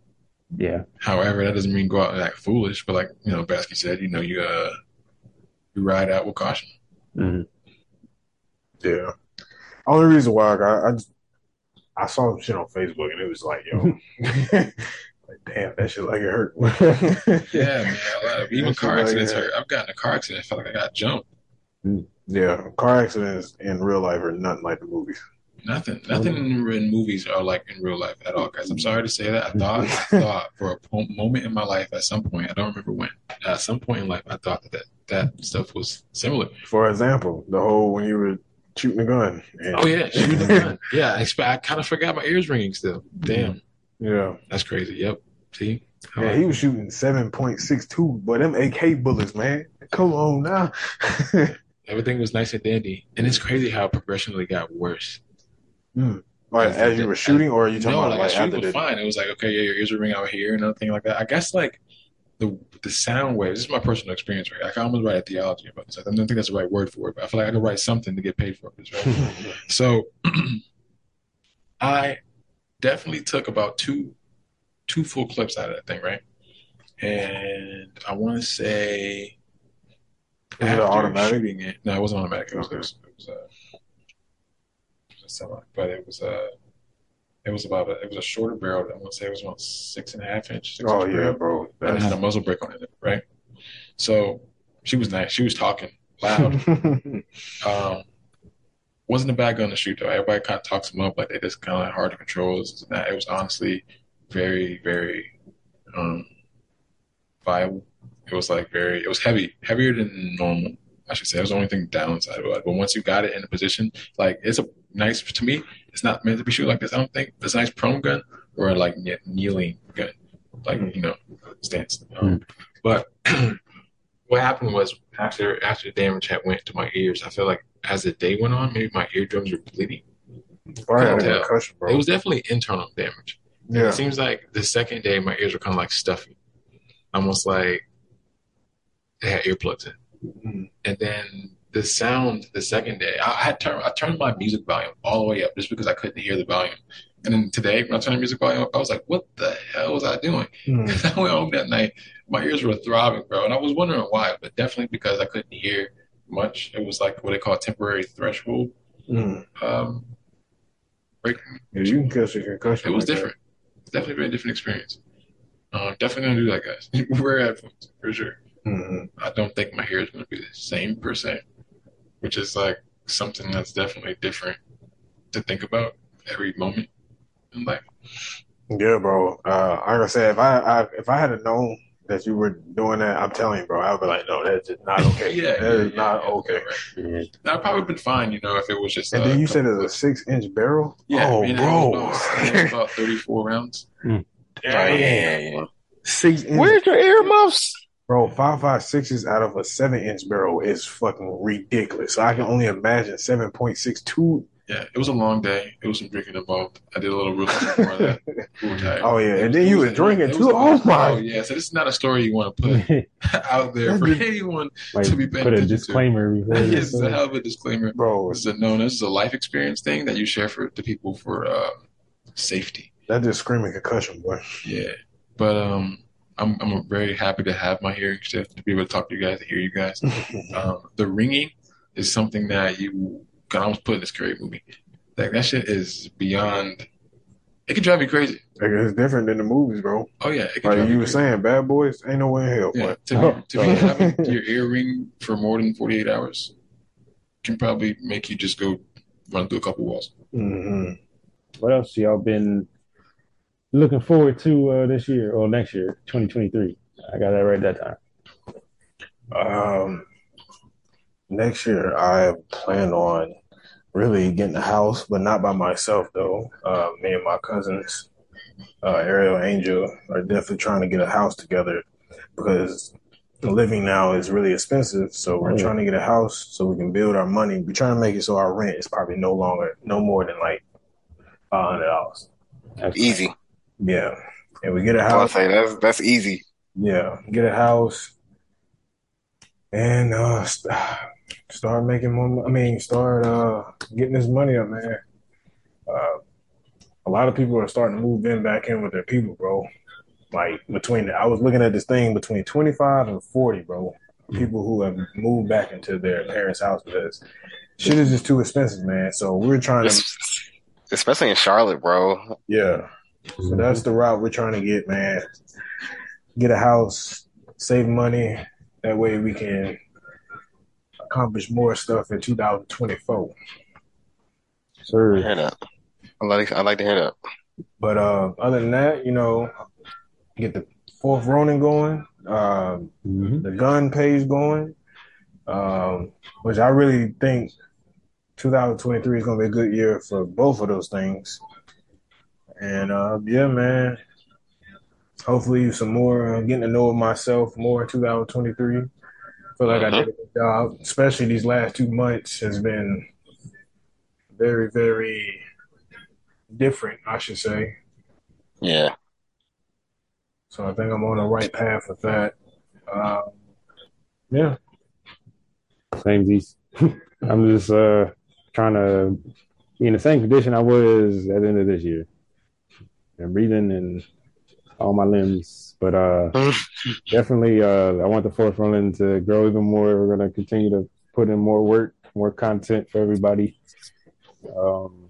C: Yeah,
E: However, that doesn't mean go out and act foolish, but like you know, Baskey said, you know, you uh, you ride out with caution.
C: Mhm.
D: yeah. Only reason why I got, I just, I saw some shit on Facebook and it was like, yo, like damn, that shit like it hurt.
E: Yeah, man. A lot of, even
D: That's
E: car
D: about
E: accidents
D: it.
E: hurt. I've gotten in a car accident. I felt like I got jumped.
D: yeah, car accidents in real life are nothing like the movies.
E: Nothing. Nothing in, in movies are like in real life at all, guys. I'm sorry to say that. I thought, I thought for a po- moment in my life, at some point, I don't remember when. At some point in life, I thought that that, that stuff was similar.
D: For example, the whole when you were shooting a gun. And,
E: Oh yeah, shooting the gun. Yeah, I, expe- I kind of forgot my ears ringing still. Damn,
D: yeah.
E: that's crazy. Yep. See.
D: Yeah, he was shooting seven point six two, but them AK bullets, man. Come on now.
E: Everything was nice and dandy, and it's crazy how it progressionally got worse.
D: Like as you were shooting, or are you talking
E: no,
D: about
E: like,
D: like
E: shooting
D: after
E: was
D: the?
E: fine. It was like, okay, yeah, your ears are ringing out here and nothing like that. I guess like the the sound waves. This is my personal experience, right? I can almost write a theology about this. I don't think that's the right word for it, but I feel like I could write something to get paid for this, right? so I definitely took about two two full clips out of that thing, right? And I want to say
D: Was it
E: after
D: automatic?
E: shooting it. No, it wasn't automatic. It was,
D: Okay.
E: it was, it was, uh, it was a semi, but it was uh, it was about a, it was a shorter barrel. I want to say it was about six and a half inch. Six
D: Oh
E: inch
D: yeah,
E: barrel
D: bro.
E: and it had a muzzle brake on it, right? So she was nice. She was talking loud. um, wasn't a bad gun to shoot though. Everybody kind of talks them up like they just kind of hard to control. This and that. It was honestly very, very um, viable. It was like very. It was heavy, heavier than normal. I should say. It was the only thing downside about it. But once you got it in a position, like it's a nice to me. It's not meant to be shooting like this. I don't think it's a nice prone gun or like kne- kneeling gun, like you know, stance. Um, But what happened was after after the damage had went to my ears, I feel like as the day went on, maybe my eardrums were bleeding.
D: Bro, I had a
E: Yeah.
D: concussion, bro.
E: It was definitely internal damage.
D: yeah.
E: It seems like the second day, my ears were kind of like stuffy, almost like they had earplugs in.
D: Mm.
E: And then the sound the second day, I, I had turned I turned my music volume all the way up just because I couldn't hear the volume. And then today, when I turned the music volume up, I was like, "What the hell was I doing?"
D: Mm.
E: I went home that night. My ears were throbbing, bro, and I was wondering why, but definitely because I couldn't hear much. It was like what they call temporary threshold
D: Mm.
E: um, break.
D: Yeah, you can catch a concussion.
E: It was
D: like that.
E: different. It's definitely a very different experience. Um, definitely gonna do that, guys. Wear headphones for sure.
D: Mm.
E: I don't think my hair is gonna be the same per se, which is like something that's definitely different to think about every moment in life.
D: Yeah, bro. Uh, like I said, if I, I if I had have known that you were doing that, I'm telling you, bro, I'd be like, no, that's just not okay.
E: Yeah,
D: that
E: yeah,
D: is
E: yeah,
D: not
E: yeah,
D: okay.
E: right.
C: yeah.
E: I'd probably been fine, you know, if it was just.
D: And
E: uh,
D: then you
E: a
D: said
E: couple
D: it's a six inch barrel.
E: Yeah,
D: oh,
E: I mean, that
D: bro.
E: was about, that was about 34 rounds.
C: Mm.
E: Yeah, yeah, yeah.
D: six inch
B: Where's your ear muffs?
D: Bro, five five sixes out of a seven inch barrel is fucking ridiculous. So I can only imagine seven point six two.
E: Yeah, it was a long day. It was some drinking involved. I did a little research before that. We were tired.
D: Oh yeah,
E: It
D: and then you
E: it
D: was drinking
E: it
D: too. Oh my!
E: Oh yeah, so this is not a story you want to
C: like
E: put out there for anyone. To be paying
C: put a
E: attention to.
C: disclaimer before you
E: This is
C: say
E: a
C: it.
E: hell of a disclaimer.
D: Bro,
E: This is a known. This is a life experience thing that you share for to people for um, safety.
D: that just screaming concussion, boy.
E: Yeah, but um, I'm I'm very happy to have my hearing shift to be able to talk to you guys, to hear you guys. Um, the ringing is something that you can almost put in a scary movie. Like that shit is beyond. It can drive you crazy.
D: Like, it's different than the movies, bro.
E: Oh yeah, it can
D: Like
E: drive
D: you
E: you
D: were
E: crazy.
D: saying, bad boys ain't no way in hell,
E: Yeah,
D: boy.
E: to be, to be
D: Oh.
E: having your ear ring for more than 48 hours can probably make you just go run through a couple walls.
D: Mm-hmm.
C: What else y'all been looking forward to uh, this year or next year, 2023. I got that right that time.
D: Um, next year I plan on really getting a house, but not by myself though. Uh, me and my cousins, uh, Ariel and Angel, are definitely trying to get a house together because living now is really expensive. So we're
C: Yeah.
D: trying to get a house so we can build our money. We're trying to make it so our rent is probably no longer, no more than like five hundred dollars.
C: That's-
B: Easy.
D: Yeah, and we get a
B: I would
D: house.
B: say that's that's easy.
D: Yeah, get a house and uh st- start making more. mo- I mean, start uh getting this money up, man. Uh, a lot of people are starting to move in back in with their people, bro. Like between, I was looking at this thing between twenty five and forty, bro. People who have moved back into their parents' house because shit is just too expensive, man. So we're trying to,
B: Es- Especially in Charlotte, bro.
D: yeah. So that's the route we're trying to get, man. Get a house, save money. That way we can accomplish more stuff in 2024.
C: Sir.
B: Hear that. I like I like to hear that.
D: But uh, other than that, you know, get the fourth Ronin going, um,
E: Mm-hmm.
C: Mhm.
D: the gun page going, um, which I really think 2023 is going to be a good year for both of those things. And uh, yeah, man. Hopefully, some more uh, getting to know myself more in 2023. Feel like I did a good job, especially these last two months has been very, very different, I should say.
B: Yeah.
D: So I think I'm on the right path with that. Uh, yeah,
C: Same these. I'm just uh, trying to be in the same condition I was at the end of this year. And breathing and all my limbs. But uh, definitely uh, I want the fourth running to grow even more. We're gonna continue to put in more work, more content for everybody. Um,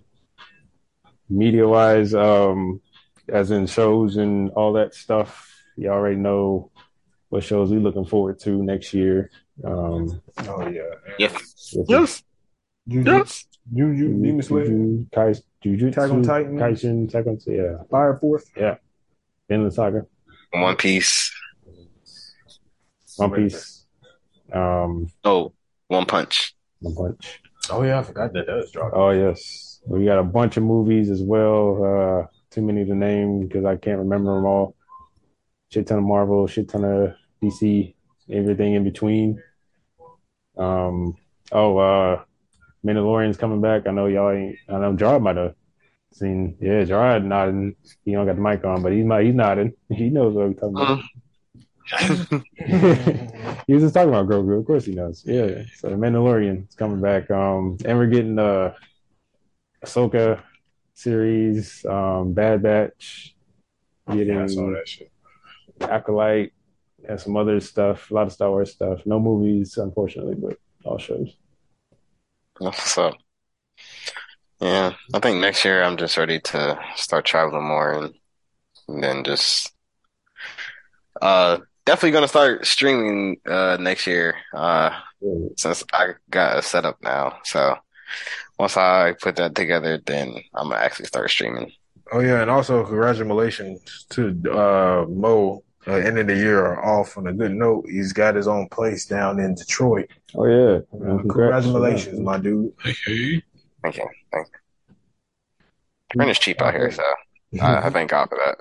C: media wise, um, as in shows and all that stuff, you already know what shows we looking forward to next year. Um,
D: oh yeah.
B: Yes.
C: if it's
B: Yes.
D: Juju,
B: Yes.
D: Juju, Demon Slayer,
C: Jujutsu Kai- Jujutsu
D: Attack on Titan.
C: Kaisen, Attack on- yeah,
D: Fire Force.
C: Vinland Saga,
B: One Piece.
C: One Piece, um,
B: Oh, One Punch.
C: a bunch.
D: Oh yeah, I forgot that that was dropped.
C: Oh yes, we got a bunch of movies as well. Uh, too many to name because I can't remember them all. Shit ton of Marvel, shit ton of DC, everything in between. Um, oh, uh, Mandalorian's coming back. I know y'all ain't. I know Jarrod might have seen. Yeah, Jarrod nodding. He don't got the mic on, but he's not. He's nodding. He knows what I'm talking
B: Uh-huh.
C: about. he was just talking about Grogu. Of course he knows. Yeah. So the Mandalorian is coming back. Um, and we're getting uh Ahsoka series, um, Bad Batch,
D: Yeah, I saw
C: getting
D: that shit.
C: Acolyte, and some other stuff. A lot of Star Wars stuff. No movies, unfortunately, but all shows.
B: So, yeah, I think next year I'm just ready to start traveling more and, and then just uh definitely gonna start streaming uh next year uh
C: Yeah.
B: since I got a setup now. So once I put that together, then I'm gonna actually start streaming.
D: Oh yeah, and also congratulations to uh, Mo. Uh, end of the year off on a good note. He's got his own place down in Detroit.
C: Oh yeah.
D: Uh, congratulations, my dude.
E: Okay.
B: Thank you. Thank you. Rent is cheap out here, so
D: Ah.
B: I, I thank God for that.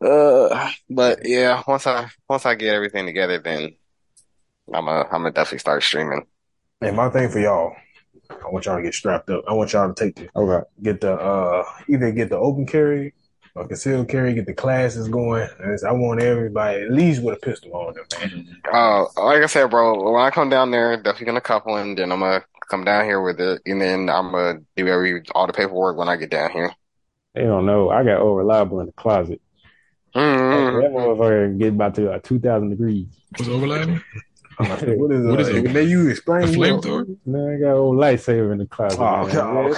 B: Uh, but yeah, once I once I get everything together, then I'm a I'm gonna definitely start streaming.
D: And my thing for y'all, I want y'all to get strapped up. I want y'all to take the
C: Okay.
D: get the uh either get the open carry or concealed carry, get the classes going. And it's- I want everybody at least with a pistol on them, man.
B: Oh, like I said, bro, when I come down there, definitely gonna couple one. Then I'm gonna come down here with it, and then I'm gonna do every all the paperwork when I get down here.
C: They don't know. I got old reliable in the closet.
B: Mm.
C: That motherfucker get about to uh, two thousand degrees.
E: Was overlapping?
D: What is,
E: What is
D: uh,
E: it?
D: May you explain
E: A
D: what-
E: flamethrower?
C: Man, I got old lightsaber in the closet.
D: Oh,
C: man.
D: come- oh,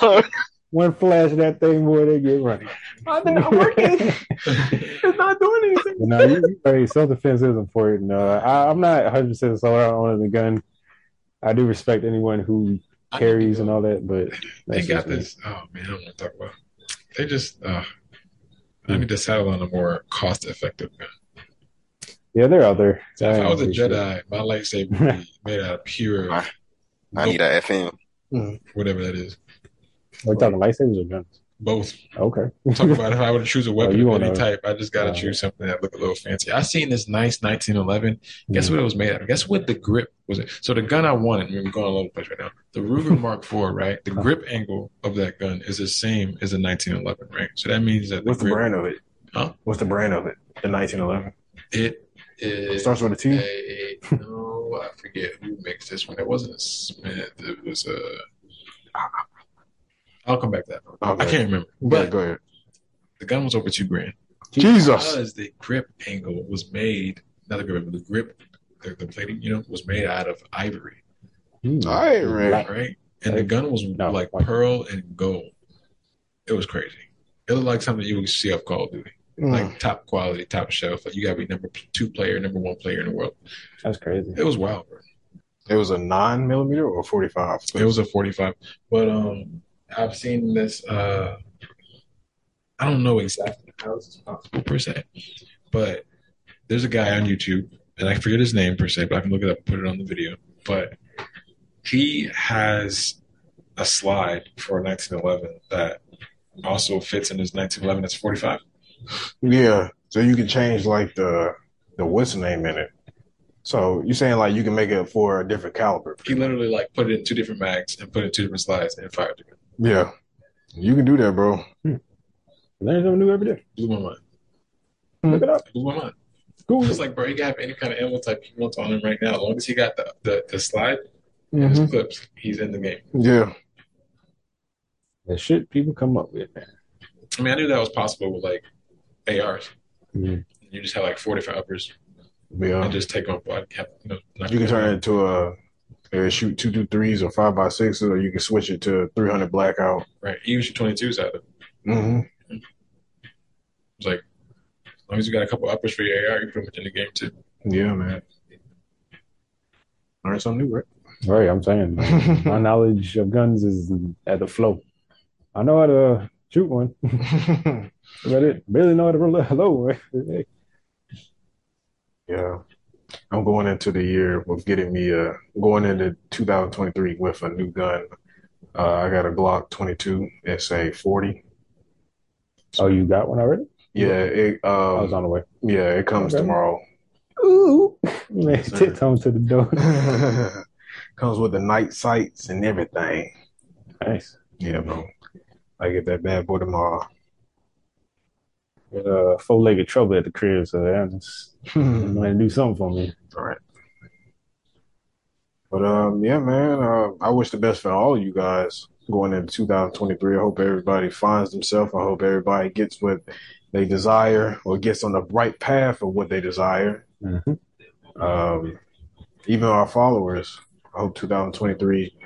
D: come on.
C: One flash of that thing, boy, they get running.
D: I think I'm working. it's not doing anything.
C: You know, you, you- hey, self defense is important. Uh, I, I'm not 100 percent sold out on the gun. I do respect anyone who carries and all that, but
E: They
C: that's
E: got
C: just me.
E: this. Oh man, I don't want to talk about. They just. Uh, I need to settle on a more cost-effective gun.
C: Yeah, they're out there.
E: So if I was a
C: appreciate
E: Jedi, my lightsaber would be made out of pure,
B: I- I need a FM.
E: whatever that is.
C: We're talking lightsabers or guns.
E: Both.
C: Okay.
E: Talk about if I were to choose a weapon
C: Oh, you
E: of any
C: wanna-
E: type. I just gotta
C: uh,
E: choose something that look a little fancy. I seen this nice 1911. Guess
C: Mhm.
E: what it was made out of? Guess what the grip was? It? So the gun I wanted. We're going all over the place right now. The Ruger Mark IV, right? The grip angle of that gun is the same as a 1911, right? So that means that the
D: What's the
E: grip
D: brand of it?
E: Huh?
D: What's the brand of it? The 1911.
E: it
D: It
E: is.
D: starts with a T.
E: a- no, I forget who makes this one. It wasn't a Smith. It was a. I'll come back to that. one.
D: Okay.
E: I can't remember,
D: Yeah,
E: but
D: go ahead.
E: the gun was over two grand.
D: Jesus.
E: because the grip angle was made not the grip angle, the grip the, the plating you know was made out of ivory
C: Hmm.
D: All right, man.
E: right and the gun was
C: No,
E: like
C: white.
E: pearl and gold it was crazy it looked like something you would see off call of duty
D: Mm.
E: like top quality top shelf like you gotta be number two player number one player in the world
C: That's crazy.
E: it was wild bro.
D: It was a nine millimeter or 45.
E: it was a 45 but um i've seen this uh i don't know exactly how this is possible per se but there's a guy on youtube and i forget his name per se but i can look it up and put it on the video but he has a slide for 1911 that also fits in his 1911 that's 45
D: Yeah. So you can change like the the what's name in it. So you're saying like you can make it for a different caliber.
E: he literally like put it in two different mags and put it in two different slides and fired it
D: Yeah. You can do that, bro.
C: Learn something new every day.
E: blew my mind
C: Look it up.
E: blew my mind
C: Google
E: It's
C: it.
E: like, bro, you can have any kind of ammo type you want on him right now. As long as he got the, the, the slide and
D: Mm-hmm.
E: his clips, he's in the game.
D: Yeah.
C: The shit people come up with, man.
E: I mean, I knew that was possible with like ARs.
D: Mm-hmm.
C: Mhm.
E: You just have like 45 uppers
D: Yeah.
E: and just take them apart. Have, you, know, knock
D: You can
E: them
D: turn it
E: down.
D: into a, uh shoot two two threes or five by sixes, or you can switch it to three hundred blackout.
E: Right. You use your 22s out of it.
D: Mm-hmm.
E: It's like, as long as you got a couple uppers for your AR, you're pretty much in the game too.
D: Yeah, man. Learn something new, right?
C: Right, I'm saying. My knowledge of guns is at the flow. I know how to shoot one, but it barely know how to roll a hello.
D: yeah. I'm going into the year with getting me a going into 2023 with a new gun. Uh, I got a Glock 22 SA 40.
C: Oh, you got one already?
D: Yeah, it
C: I was
D: um,
C: on the way.
D: yeah, it comes
C: Okay.
D: tomorrow.
C: Ooh, man,
D: Yes, sir.
C: tiptoeing to the door.
D: Comes with the night sights and everything.
C: Nice.
D: Yeah, bro. I get that bad boy tomorrow.
C: With uh, four-legged trouble at the crib, so that's
D: All
C: gonna do something for me.
D: right. But um, yeah, man. Uh, I wish the best for all of you guys going into 2023. I hope everybody finds themselves. I hope everybody gets what they desire or gets on the right path of what they desire.
C: Mhm.
D: Um, even our followers. I hope 2023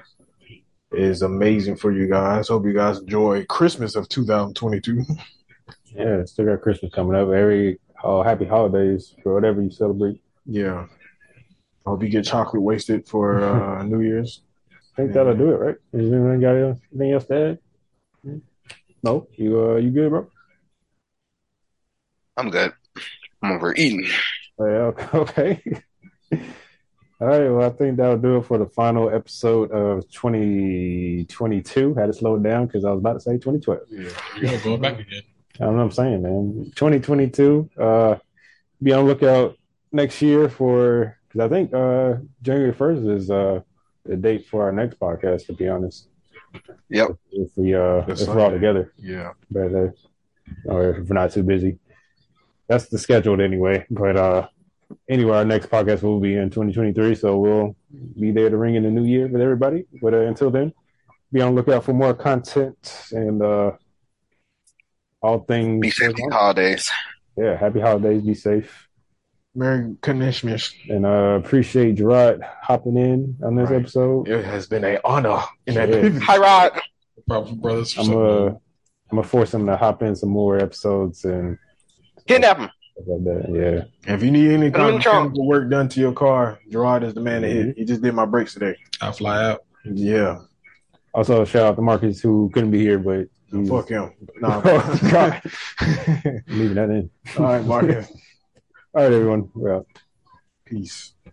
D: is amazing for you guys. Hope you guys enjoy Christmas of 2022.
C: Yeah, still got Christmas coming up. Every oh, happy holidays for whatever you celebrate.
D: Yeah. I hope you get chocolate wasted for uh, New Year's.
C: I think that'll do it, right? Is anyone got else- anything else to add? No, you uh, you good, bro?
B: I'm good. I'm overeating.
C: Oh, Yeah, okay. All right, well, I think that'll do it for the final episode of 2022. Had to slow it down because I was about to say 2012.
D: Yeah.
E: You know, going
D: Mm-hmm.
E: back again.
C: I don't know what I'm saying, man. 2022, uh, be on the lookout next year for, because I think uh, January 1st is uh, the date for our next podcast, to be honest.
B: Yep.
C: If, we, uh,
D: That's
C: if we're all
D: Sunday.
C: together
D: Yeah.
C: but uh, or if we're not too busy. That's the scheduled anyway. But uh, anyway, our next podcast will be in 2023, so we'll be there to ring in the new year with everybody. But uh, until then, be on the lookout for more content and uh, all things.
B: Be safe these holidays.
C: Yeah, happy holidays. Be safe.
D: Merry Christmas.
C: And uh, appreciate Gerard hopping in on this
D: Right.
C: episode.
D: It has been an honor in that
C: Yeah.
B: Hi, Rod.
E: No problem, brothers.
C: I'm uh, I'm gonna force him to hop in some more episodes and
B: Kidnap him.
C: stuff like that. Yeah.
D: If you need any
B: Put 'em in
D: kind
B: the
D: of
B: trunk.
D: mechanical work done to your car, Gerard is the man to hit. He just did my brakes today.
E: I'll fly out.
D: Mm-hmm. Yeah.
C: Also, shout out to Marcus who couldn't be here, but he's
D: Fuck him. Nah,
C: God. leaving that in.
D: All right, Marcus.
C: All right, everyone, we're out.
D: Peace.